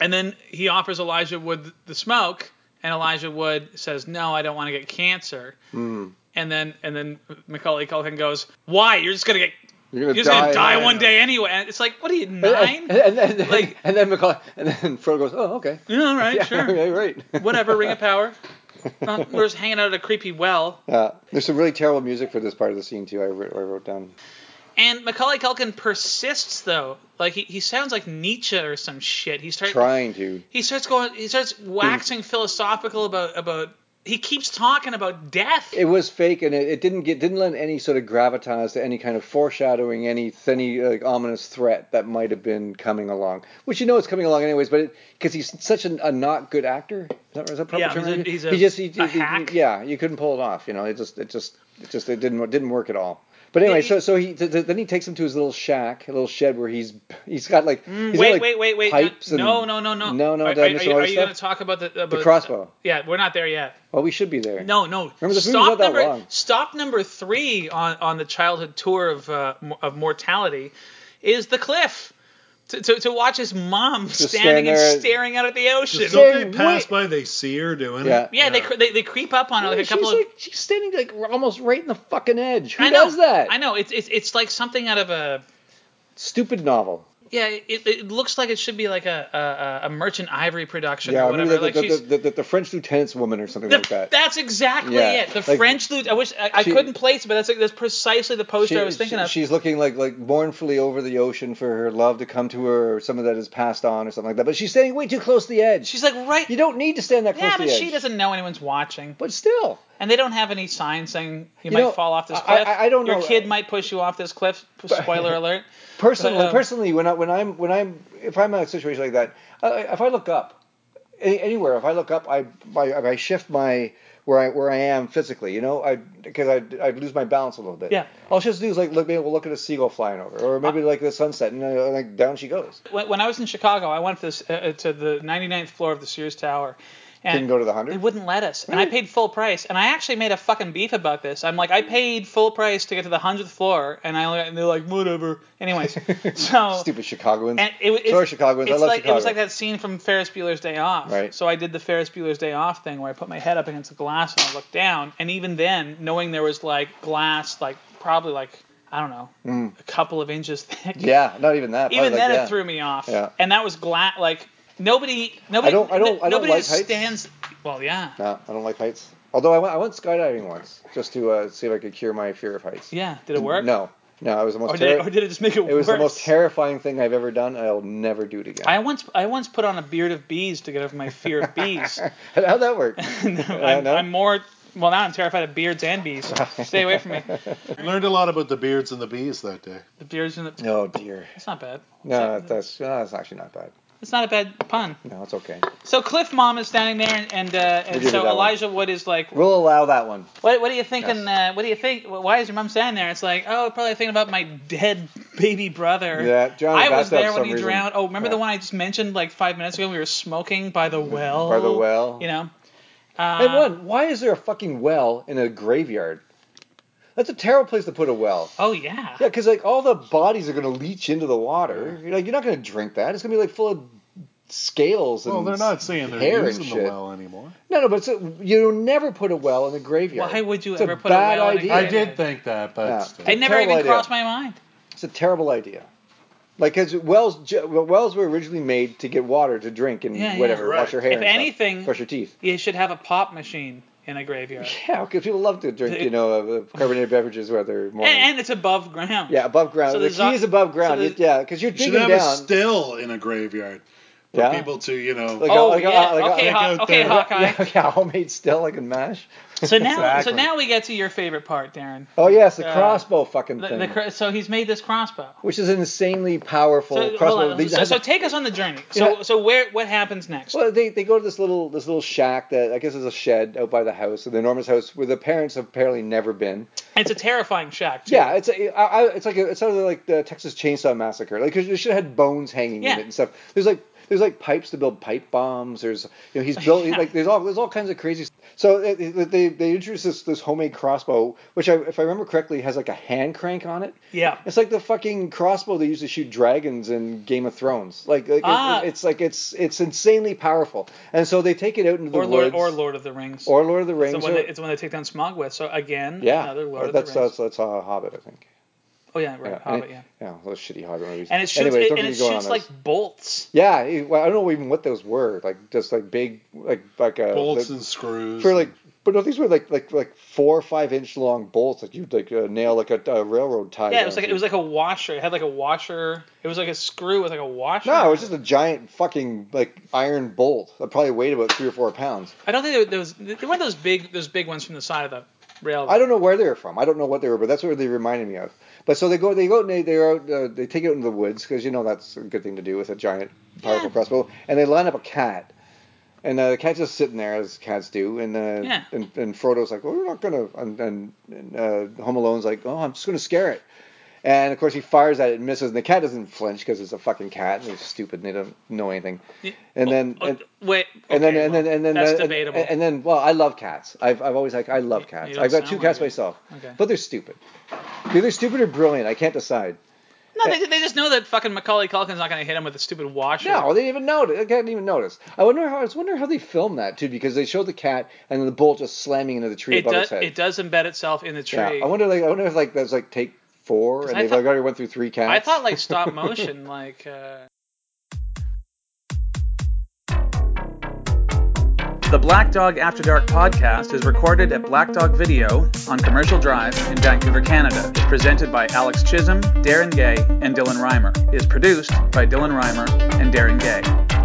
[SPEAKER 1] And then he offers Elijah Wood the smoke, and Elijah Wood says, "No, I don't want to get cancer."
[SPEAKER 2] Hmm.
[SPEAKER 1] And then and then Macaulay Culkin goes, "Why? You're just gonna get."
[SPEAKER 2] You're gonna
[SPEAKER 1] You're just
[SPEAKER 2] die,
[SPEAKER 1] gonna die one
[SPEAKER 2] anyway."
[SPEAKER 1] day anyway. And it's like, what are you
[SPEAKER 2] <laughs> And,
[SPEAKER 1] nine?
[SPEAKER 2] and, and, and,
[SPEAKER 1] Like-
[SPEAKER 2] and then Macaulay, <laughs> and then Frodo goes, oh okay,
[SPEAKER 1] yeah, all right,
[SPEAKER 2] <laughs> yeah,
[SPEAKER 1] sure.
[SPEAKER 2] okay, right.
[SPEAKER 1] whatever, Ring of
[SPEAKER 2] <laughs>
[SPEAKER 1] Power. Uh, we're just hanging out at a creepy well.
[SPEAKER 2] Uh, there's some really terrible music for this part of the scene too. I wrote, I wrote down.
[SPEAKER 1] And Macaulay Culkin persists though. Like he, he sounds like Nietzsche or some shit. He starts
[SPEAKER 2] Trying to.
[SPEAKER 1] he starts going he starts
[SPEAKER 2] Hmm.
[SPEAKER 1] waxing philosophical about about he keeps talking about death.
[SPEAKER 2] It was fake, and it, it didn't get didn't lend any sort of gravitas to any kind of foreshadowing, any any uh, like, ominous threat that might have been coming along. Which you know is coming along anyways, but because he's such an, a not good actor. Is that, is that proper
[SPEAKER 1] Yeah, he's
[SPEAKER 2] terminology?
[SPEAKER 1] a- he's a-
[SPEAKER 2] he just he,
[SPEAKER 1] a
[SPEAKER 2] he-
[SPEAKER 1] hack.
[SPEAKER 2] yeah, you couldn't pull it off. You know, it just it just it just it didn't it didn't work at all. But anyway,
[SPEAKER 1] Yeah,
[SPEAKER 2] so so he th- th- then he takes him to his little shack, a little shed where he's he's got like he's got,
[SPEAKER 1] Mm, wait,
[SPEAKER 2] like,
[SPEAKER 1] wait, wait, wait,
[SPEAKER 2] pipes and-
[SPEAKER 1] No, no, no, no.
[SPEAKER 2] no, no.
[SPEAKER 1] Are,
[SPEAKER 2] did
[SPEAKER 1] are-
[SPEAKER 2] I
[SPEAKER 1] are
[SPEAKER 2] miss
[SPEAKER 1] you,
[SPEAKER 2] some other
[SPEAKER 1] are you
[SPEAKER 2] stuff?
[SPEAKER 1] gonna talk about the about,
[SPEAKER 2] the crossbow?
[SPEAKER 1] Yeah, we're not there yet.
[SPEAKER 2] Well, we should be there.
[SPEAKER 1] No, no.
[SPEAKER 2] Remember, this movie's
[SPEAKER 1] stop
[SPEAKER 2] not that
[SPEAKER 1] number
[SPEAKER 2] long.
[SPEAKER 1] stop number three on on the childhood tour of uh, mo- of mortality is the cliff. To, to, to watch his mom standing
[SPEAKER 2] stand there.
[SPEAKER 1] and staring out at the ocean.
[SPEAKER 10] So
[SPEAKER 2] Say
[SPEAKER 10] they pass
[SPEAKER 2] what?
[SPEAKER 10] by, they see her doing
[SPEAKER 2] Yeah.
[SPEAKER 10] it.
[SPEAKER 1] yeah, They, cr- they they creep up on it like a
[SPEAKER 2] she's
[SPEAKER 1] couple of.
[SPEAKER 2] like she's standing like almost right in the fucking edge. Who
[SPEAKER 1] I know,
[SPEAKER 2] does that?
[SPEAKER 1] I know. It's, it's it's like something out of a.
[SPEAKER 2] Stupid novel.
[SPEAKER 1] Yeah, it, it looks like it should be like a a, a merchant ivory production
[SPEAKER 2] Yeah,
[SPEAKER 1] or
[SPEAKER 2] I
[SPEAKER 1] whatever.
[SPEAKER 2] remember the,
[SPEAKER 1] like
[SPEAKER 2] the,
[SPEAKER 1] she's.
[SPEAKER 2] the, the, the French lieutenant's woman or something like that.
[SPEAKER 1] That's exactly
[SPEAKER 2] Yeah,
[SPEAKER 1] it. The
[SPEAKER 2] like-
[SPEAKER 1] French lute. I wish I, I
[SPEAKER 2] She-
[SPEAKER 1] couldn't place it, but that's like, that's precisely the poster I was thinking
[SPEAKER 2] she-
[SPEAKER 1] of.
[SPEAKER 2] She's looking like like mournfully over the ocean for her love to come to her, or someone that has passed on, or something like that. But she's standing way too close to the edge.
[SPEAKER 1] She's like right.
[SPEAKER 2] you don't need to stand that close
[SPEAKER 1] Yeah,
[SPEAKER 2] to
[SPEAKER 1] but
[SPEAKER 2] the edge.
[SPEAKER 1] she doesn't know anyone's watching,
[SPEAKER 2] But still,
[SPEAKER 1] and they don't have any signs saying you,
[SPEAKER 2] You
[SPEAKER 1] might
[SPEAKER 2] know,
[SPEAKER 1] fall off this
[SPEAKER 2] I- I-
[SPEAKER 1] cliff.
[SPEAKER 2] I don't
[SPEAKER 1] Your
[SPEAKER 2] know.
[SPEAKER 1] kid might push you off this cliff. Spoiler alert.
[SPEAKER 2] personally,
[SPEAKER 1] But, um,
[SPEAKER 2] personally, when I when I'm when I'm if I'm in a situation like that, uh, if I look up, any, anywhere. If I look up, I, I I shift my where I where I am physically. You know, I because I I lose my balance a little bit.
[SPEAKER 1] Yeah.
[SPEAKER 2] All she has to do is like look. Maybe we'll look at a seagull flying over, or maybe like the sunset, and uh, like down she goes.
[SPEAKER 1] When, when I was in Chicago, I went to, this, uh, to the 99th floor of the Sears Tower. And
[SPEAKER 2] Didn't go to the 100?
[SPEAKER 1] They wouldn't let us. And I paid full price. And I actually made a fucking beef about this. I'm like, I paid full price to get to the 100th floor. And, I, and they're like, whatever.
[SPEAKER 2] <laughs>
[SPEAKER 1] Anyways, so.
[SPEAKER 2] Stupid Chicagoans.
[SPEAKER 1] Oh. And it, it's,
[SPEAKER 2] Sorry, Chicagoans. I
[SPEAKER 1] it's
[SPEAKER 2] love
[SPEAKER 1] like,
[SPEAKER 2] Chicago.
[SPEAKER 1] It was like that scene from Ferris Bueller's Day Off.
[SPEAKER 2] Right.
[SPEAKER 1] So I did the Ferris Bueller's Day Off thing where I put my head up against the glass and I looked down. And even then, knowing there was like glass, like probably like, I don't know, a couple of inches thick.
[SPEAKER 2] Mm. Yeah, not even that.
[SPEAKER 1] Even
[SPEAKER 2] Probably, like,
[SPEAKER 1] then,
[SPEAKER 2] yeah.
[SPEAKER 1] it threw me off.
[SPEAKER 2] Yeah.
[SPEAKER 1] And that was glad. Like nobody, nobody,
[SPEAKER 2] I don't- I don't- I don't
[SPEAKER 1] nobody
[SPEAKER 2] like
[SPEAKER 1] just
[SPEAKER 2] heights.
[SPEAKER 1] stands. Well, yeah,
[SPEAKER 2] No, I don't like heights. Although I went, I went skydiving once just to uh, see if I could cure my fear of heights.
[SPEAKER 1] yeah. Did it work?
[SPEAKER 2] No, no, I was the most.
[SPEAKER 1] Or did, it,
[SPEAKER 2] terri-
[SPEAKER 1] or did it just make it,
[SPEAKER 2] It
[SPEAKER 1] worse?
[SPEAKER 2] was the most terrifying thing I've ever done. and I'll never do it again.
[SPEAKER 1] I once, I once put on a beard of bees to get over my fear of
[SPEAKER 2] <laughs>
[SPEAKER 1] bees.
[SPEAKER 2] <laughs> How'd
[SPEAKER 1] <laughs>
[SPEAKER 2] that work? Uh,
[SPEAKER 1] I'm,
[SPEAKER 2] no?
[SPEAKER 1] I'm more. Well, now I'm terrified of beards and bees. Stay away
[SPEAKER 2] <laughs>
[SPEAKER 1] from me.
[SPEAKER 10] I learned a lot about the beards and the bees that day.
[SPEAKER 1] The beards and the.
[SPEAKER 2] oh dear.
[SPEAKER 1] It's not bad.
[SPEAKER 2] No, that's no, that's actually not bad.
[SPEAKER 1] It's not a bad pun.
[SPEAKER 2] No, it's okay.
[SPEAKER 1] So Cliff Mom is standing there, and and, uh, and
[SPEAKER 2] give you
[SPEAKER 1] so
[SPEAKER 2] that one.
[SPEAKER 1] Elijah Wood is like,
[SPEAKER 2] We'll allow that one.
[SPEAKER 1] What, what are you thinking? Uh, what do you think? Why is your mom standing there? It's like, oh, probably thinking about my dead baby brother.
[SPEAKER 2] Yeah, drowned in
[SPEAKER 1] I
[SPEAKER 2] the
[SPEAKER 1] was
[SPEAKER 2] bathtub
[SPEAKER 1] there
[SPEAKER 2] for
[SPEAKER 1] when
[SPEAKER 2] some
[SPEAKER 1] he
[SPEAKER 2] reason.
[SPEAKER 1] drowned. Oh, remember
[SPEAKER 2] Yeah. Mm-hmm.
[SPEAKER 1] the one I just mentioned like five minutes ago? We were smoking by the well.
[SPEAKER 2] By the well.
[SPEAKER 1] You know. Um, uh,
[SPEAKER 2] and one, why is there a fucking well in a graveyard? That's a terrible place to put a well.
[SPEAKER 1] Oh yeah.
[SPEAKER 2] Yeah, because like all the bodies are gonna leach into the water. You're like you're not gonna drink that. It's gonna be like full of scales and
[SPEAKER 10] Well, they're not saying they're
[SPEAKER 2] hair and
[SPEAKER 10] using the
[SPEAKER 2] shit.
[SPEAKER 10] well anymore.
[SPEAKER 2] No, no, but it's a, you never put a well in a graveyard.
[SPEAKER 1] Why would you
[SPEAKER 2] It's
[SPEAKER 1] ever
[SPEAKER 2] a
[SPEAKER 1] put a
[SPEAKER 2] bad
[SPEAKER 1] well in a
[SPEAKER 2] idea.
[SPEAKER 10] I
[SPEAKER 1] graveyard?
[SPEAKER 10] did think that, but
[SPEAKER 2] Yeah.
[SPEAKER 10] still.
[SPEAKER 1] It never
[SPEAKER 2] terrible
[SPEAKER 1] even
[SPEAKER 2] idea.
[SPEAKER 1] crossed my mind.
[SPEAKER 2] It's a terrible idea. Like, cause wells, ju- well, wells were originally made to get water to drink and
[SPEAKER 1] Yeah, yeah.
[SPEAKER 2] whatever,
[SPEAKER 10] Right.
[SPEAKER 2] wash your hair,
[SPEAKER 1] If
[SPEAKER 2] and stuff,
[SPEAKER 1] anything-
[SPEAKER 2] brush your teeth.
[SPEAKER 1] You should have a pop machine in a graveyard.
[SPEAKER 2] Yeah, because people love to drink, you know, uh, uh, carbonated beverages where they're more.
[SPEAKER 1] And, and it's above ground.
[SPEAKER 2] yeah, above ground.
[SPEAKER 1] So
[SPEAKER 2] the
[SPEAKER 1] there's not-
[SPEAKER 2] key is above ground.
[SPEAKER 1] so
[SPEAKER 2] You-
[SPEAKER 1] there's-
[SPEAKER 2] yeah, because you're
[SPEAKER 10] You should
[SPEAKER 2] digging
[SPEAKER 10] have a
[SPEAKER 2] down.
[SPEAKER 10] still in a graveyard for
[SPEAKER 2] Yeah.
[SPEAKER 1] <laughs>
[SPEAKER 10] people to, you know.
[SPEAKER 2] Like
[SPEAKER 1] Oh,
[SPEAKER 2] a- like a-
[SPEAKER 1] yeah.
[SPEAKER 2] like a-
[SPEAKER 1] okay,
[SPEAKER 10] Like
[SPEAKER 1] Haw-
[SPEAKER 10] out
[SPEAKER 1] okay,
[SPEAKER 10] there.
[SPEAKER 1] Hawkeye.
[SPEAKER 2] <laughs> yeah, yeah, homemade still like
[SPEAKER 1] <laughs>
[SPEAKER 2] in mash.
[SPEAKER 1] So now,
[SPEAKER 10] Exactly.
[SPEAKER 1] so now we get to your favorite part, Darren.
[SPEAKER 2] Oh yes, the
[SPEAKER 1] Uh,
[SPEAKER 2] crossbow fucking
[SPEAKER 1] The,
[SPEAKER 2] thing,
[SPEAKER 1] the, cr- so he's made this crossbow.
[SPEAKER 2] which is an insanely powerful
[SPEAKER 1] So,
[SPEAKER 2] crossbow.
[SPEAKER 1] hold on.
[SPEAKER 2] that leads-
[SPEAKER 1] So,
[SPEAKER 2] has a-
[SPEAKER 1] so take us on the journey. So
[SPEAKER 2] Yeah.
[SPEAKER 1] so where what happens next?
[SPEAKER 2] Well, they, they go to this little this little shack that I guess is a shed out by the house, the enormous house where the parents have apparently never been.
[SPEAKER 1] It's a terrifying shack. Too.
[SPEAKER 2] Yeah, it's a, I, I, it's like a, it's sort of like the Texas Chainsaw Massacre. Like 'cause they should have had bones hanging
[SPEAKER 1] Yeah.
[SPEAKER 2] in it and stuff. There's like there's like pipes to build pipe bombs. There's
[SPEAKER 1] <laughs>
[SPEAKER 2] you know he's built like there's all there's all kinds of crazy. So they they, they introduce this this homemade crossbow, which I, if I remember correctly has like a hand crank on it.
[SPEAKER 1] Yeah.
[SPEAKER 2] It's like the fucking crossbow they used to shoot dragons in Game of Thrones. Like, like it-
[SPEAKER 1] Ah.
[SPEAKER 2] it, it's like it's it's insanely powerful. And so they take it out into the
[SPEAKER 1] Or Lord
[SPEAKER 2] woods,
[SPEAKER 1] or Lord of the Rings.
[SPEAKER 2] or Lord of the
[SPEAKER 1] it's
[SPEAKER 2] Rings.
[SPEAKER 1] the
[SPEAKER 2] or-
[SPEAKER 1] one they, it's the one they take down Smogwith. So again,
[SPEAKER 2] yeah,
[SPEAKER 1] another Lord
[SPEAKER 2] Or
[SPEAKER 1] of
[SPEAKER 2] that's
[SPEAKER 1] the Rings.
[SPEAKER 2] that's that's a Hobbit, I think.
[SPEAKER 1] oh yeah, right. Hobbit,
[SPEAKER 2] and,
[SPEAKER 1] yeah.
[SPEAKER 2] yeah, those shitty Hobbit movies.
[SPEAKER 1] And it shoots
[SPEAKER 2] Anyways,
[SPEAKER 1] it,
[SPEAKER 2] don't
[SPEAKER 1] and
[SPEAKER 2] get
[SPEAKER 1] it
[SPEAKER 2] me going
[SPEAKER 1] shoots
[SPEAKER 2] on
[SPEAKER 1] like
[SPEAKER 2] those.
[SPEAKER 1] bolts.
[SPEAKER 2] Yeah, it- well, I don't know even what those were. Like just like big, like like uh,
[SPEAKER 10] bolts
[SPEAKER 2] the-
[SPEAKER 10] and screws.
[SPEAKER 2] for like, but no, these were like like like four or five inch long bolts that you'd like uh, nail like a, a railroad tie.
[SPEAKER 1] Yeah,
[SPEAKER 2] down
[SPEAKER 1] it was like
[SPEAKER 2] to.
[SPEAKER 1] it was like a washer. It had like a washer. It was like a screw with like a washer.
[SPEAKER 2] No, it was just a giant fucking like iron bolt that probably weighed about three or four pounds.
[SPEAKER 1] I don't think there was there weren't those big those big ones from the side of the rail.
[SPEAKER 2] I don't know where they were from. I don't know what they were, but that's what they reminded me of. But so they go, they go, and they they're out, uh, they take it into the woods because you know that's a good thing to do with a giant powerful
[SPEAKER 1] Yeah.
[SPEAKER 2] crossbow, and they line up a cat. And uh, the cat's just sitting there, as cats do. And uh,
[SPEAKER 1] Yeah.
[SPEAKER 2] and, and Frodo's like, "Well, we're not gonna." And, and, and uh, Home Alone's like, "Oh, I'm just gonna scare it." And of course, he fires at it and misses. And the cat doesn't flinch because it's a fucking cat and he's stupid and they don't know anything. And then
[SPEAKER 1] Oh,
[SPEAKER 2] and,
[SPEAKER 1] wait.
[SPEAKER 2] and
[SPEAKER 1] okay,
[SPEAKER 2] then and then
[SPEAKER 1] well,
[SPEAKER 2] and then
[SPEAKER 1] that's
[SPEAKER 2] and,
[SPEAKER 1] debatable.
[SPEAKER 2] And, then well, I love cats. I've I've always like I love cats.
[SPEAKER 1] don't
[SPEAKER 2] I've got
[SPEAKER 1] sound
[SPEAKER 2] two
[SPEAKER 1] like
[SPEAKER 2] cats
[SPEAKER 1] it.
[SPEAKER 2] myself.
[SPEAKER 1] Okay.
[SPEAKER 2] But they're stupid. They're either stupid or brilliant. I can't decide.
[SPEAKER 1] no, they, they just know that fucking Macaulay Culkin's not gonna hit him with a stupid washer.
[SPEAKER 2] No, they didn't even notice. I didn't even notice. I wonder how I was wondering how they filmed that too, because they showed the cat and then the bolt just slamming into the tree
[SPEAKER 1] it
[SPEAKER 2] above
[SPEAKER 1] does
[SPEAKER 2] its head.
[SPEAKER 1] it does embed itself in the tree.
[SPEAKER 2] yeah. I wonder like I wonder if like that's like take four and
[SPEAKER 1] I
[SPEAKER 2] they've
[SPEAKER 1] thought-
[SPEAKER 2] like, already went through three cats.
[SPEAKER 1] I thought like
[SPEAKER 2] <laughs>
[SPEAKER 1] stop motion, like uh,
[SPEAKER 11] The Black Dog After Dark podcast is recorded at Black Dog Video on Commercial Drive in Vancouver, Canada. It's presented by Alex Chisholm, Darren Gay, and Dylan Reimer. It is produced by Dylan Reimer and Darren Gay.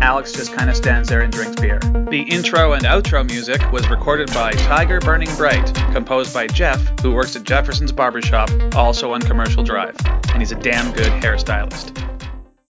[SPEAKER 11] Alex just kind of stands there and drinks beer. The intro and outro music was recorded by Tiger Burning Bright, composed by Jeff, who works at Jefferson's Barbershop, also on Commercial Drive, and he's a damn good hairstylist.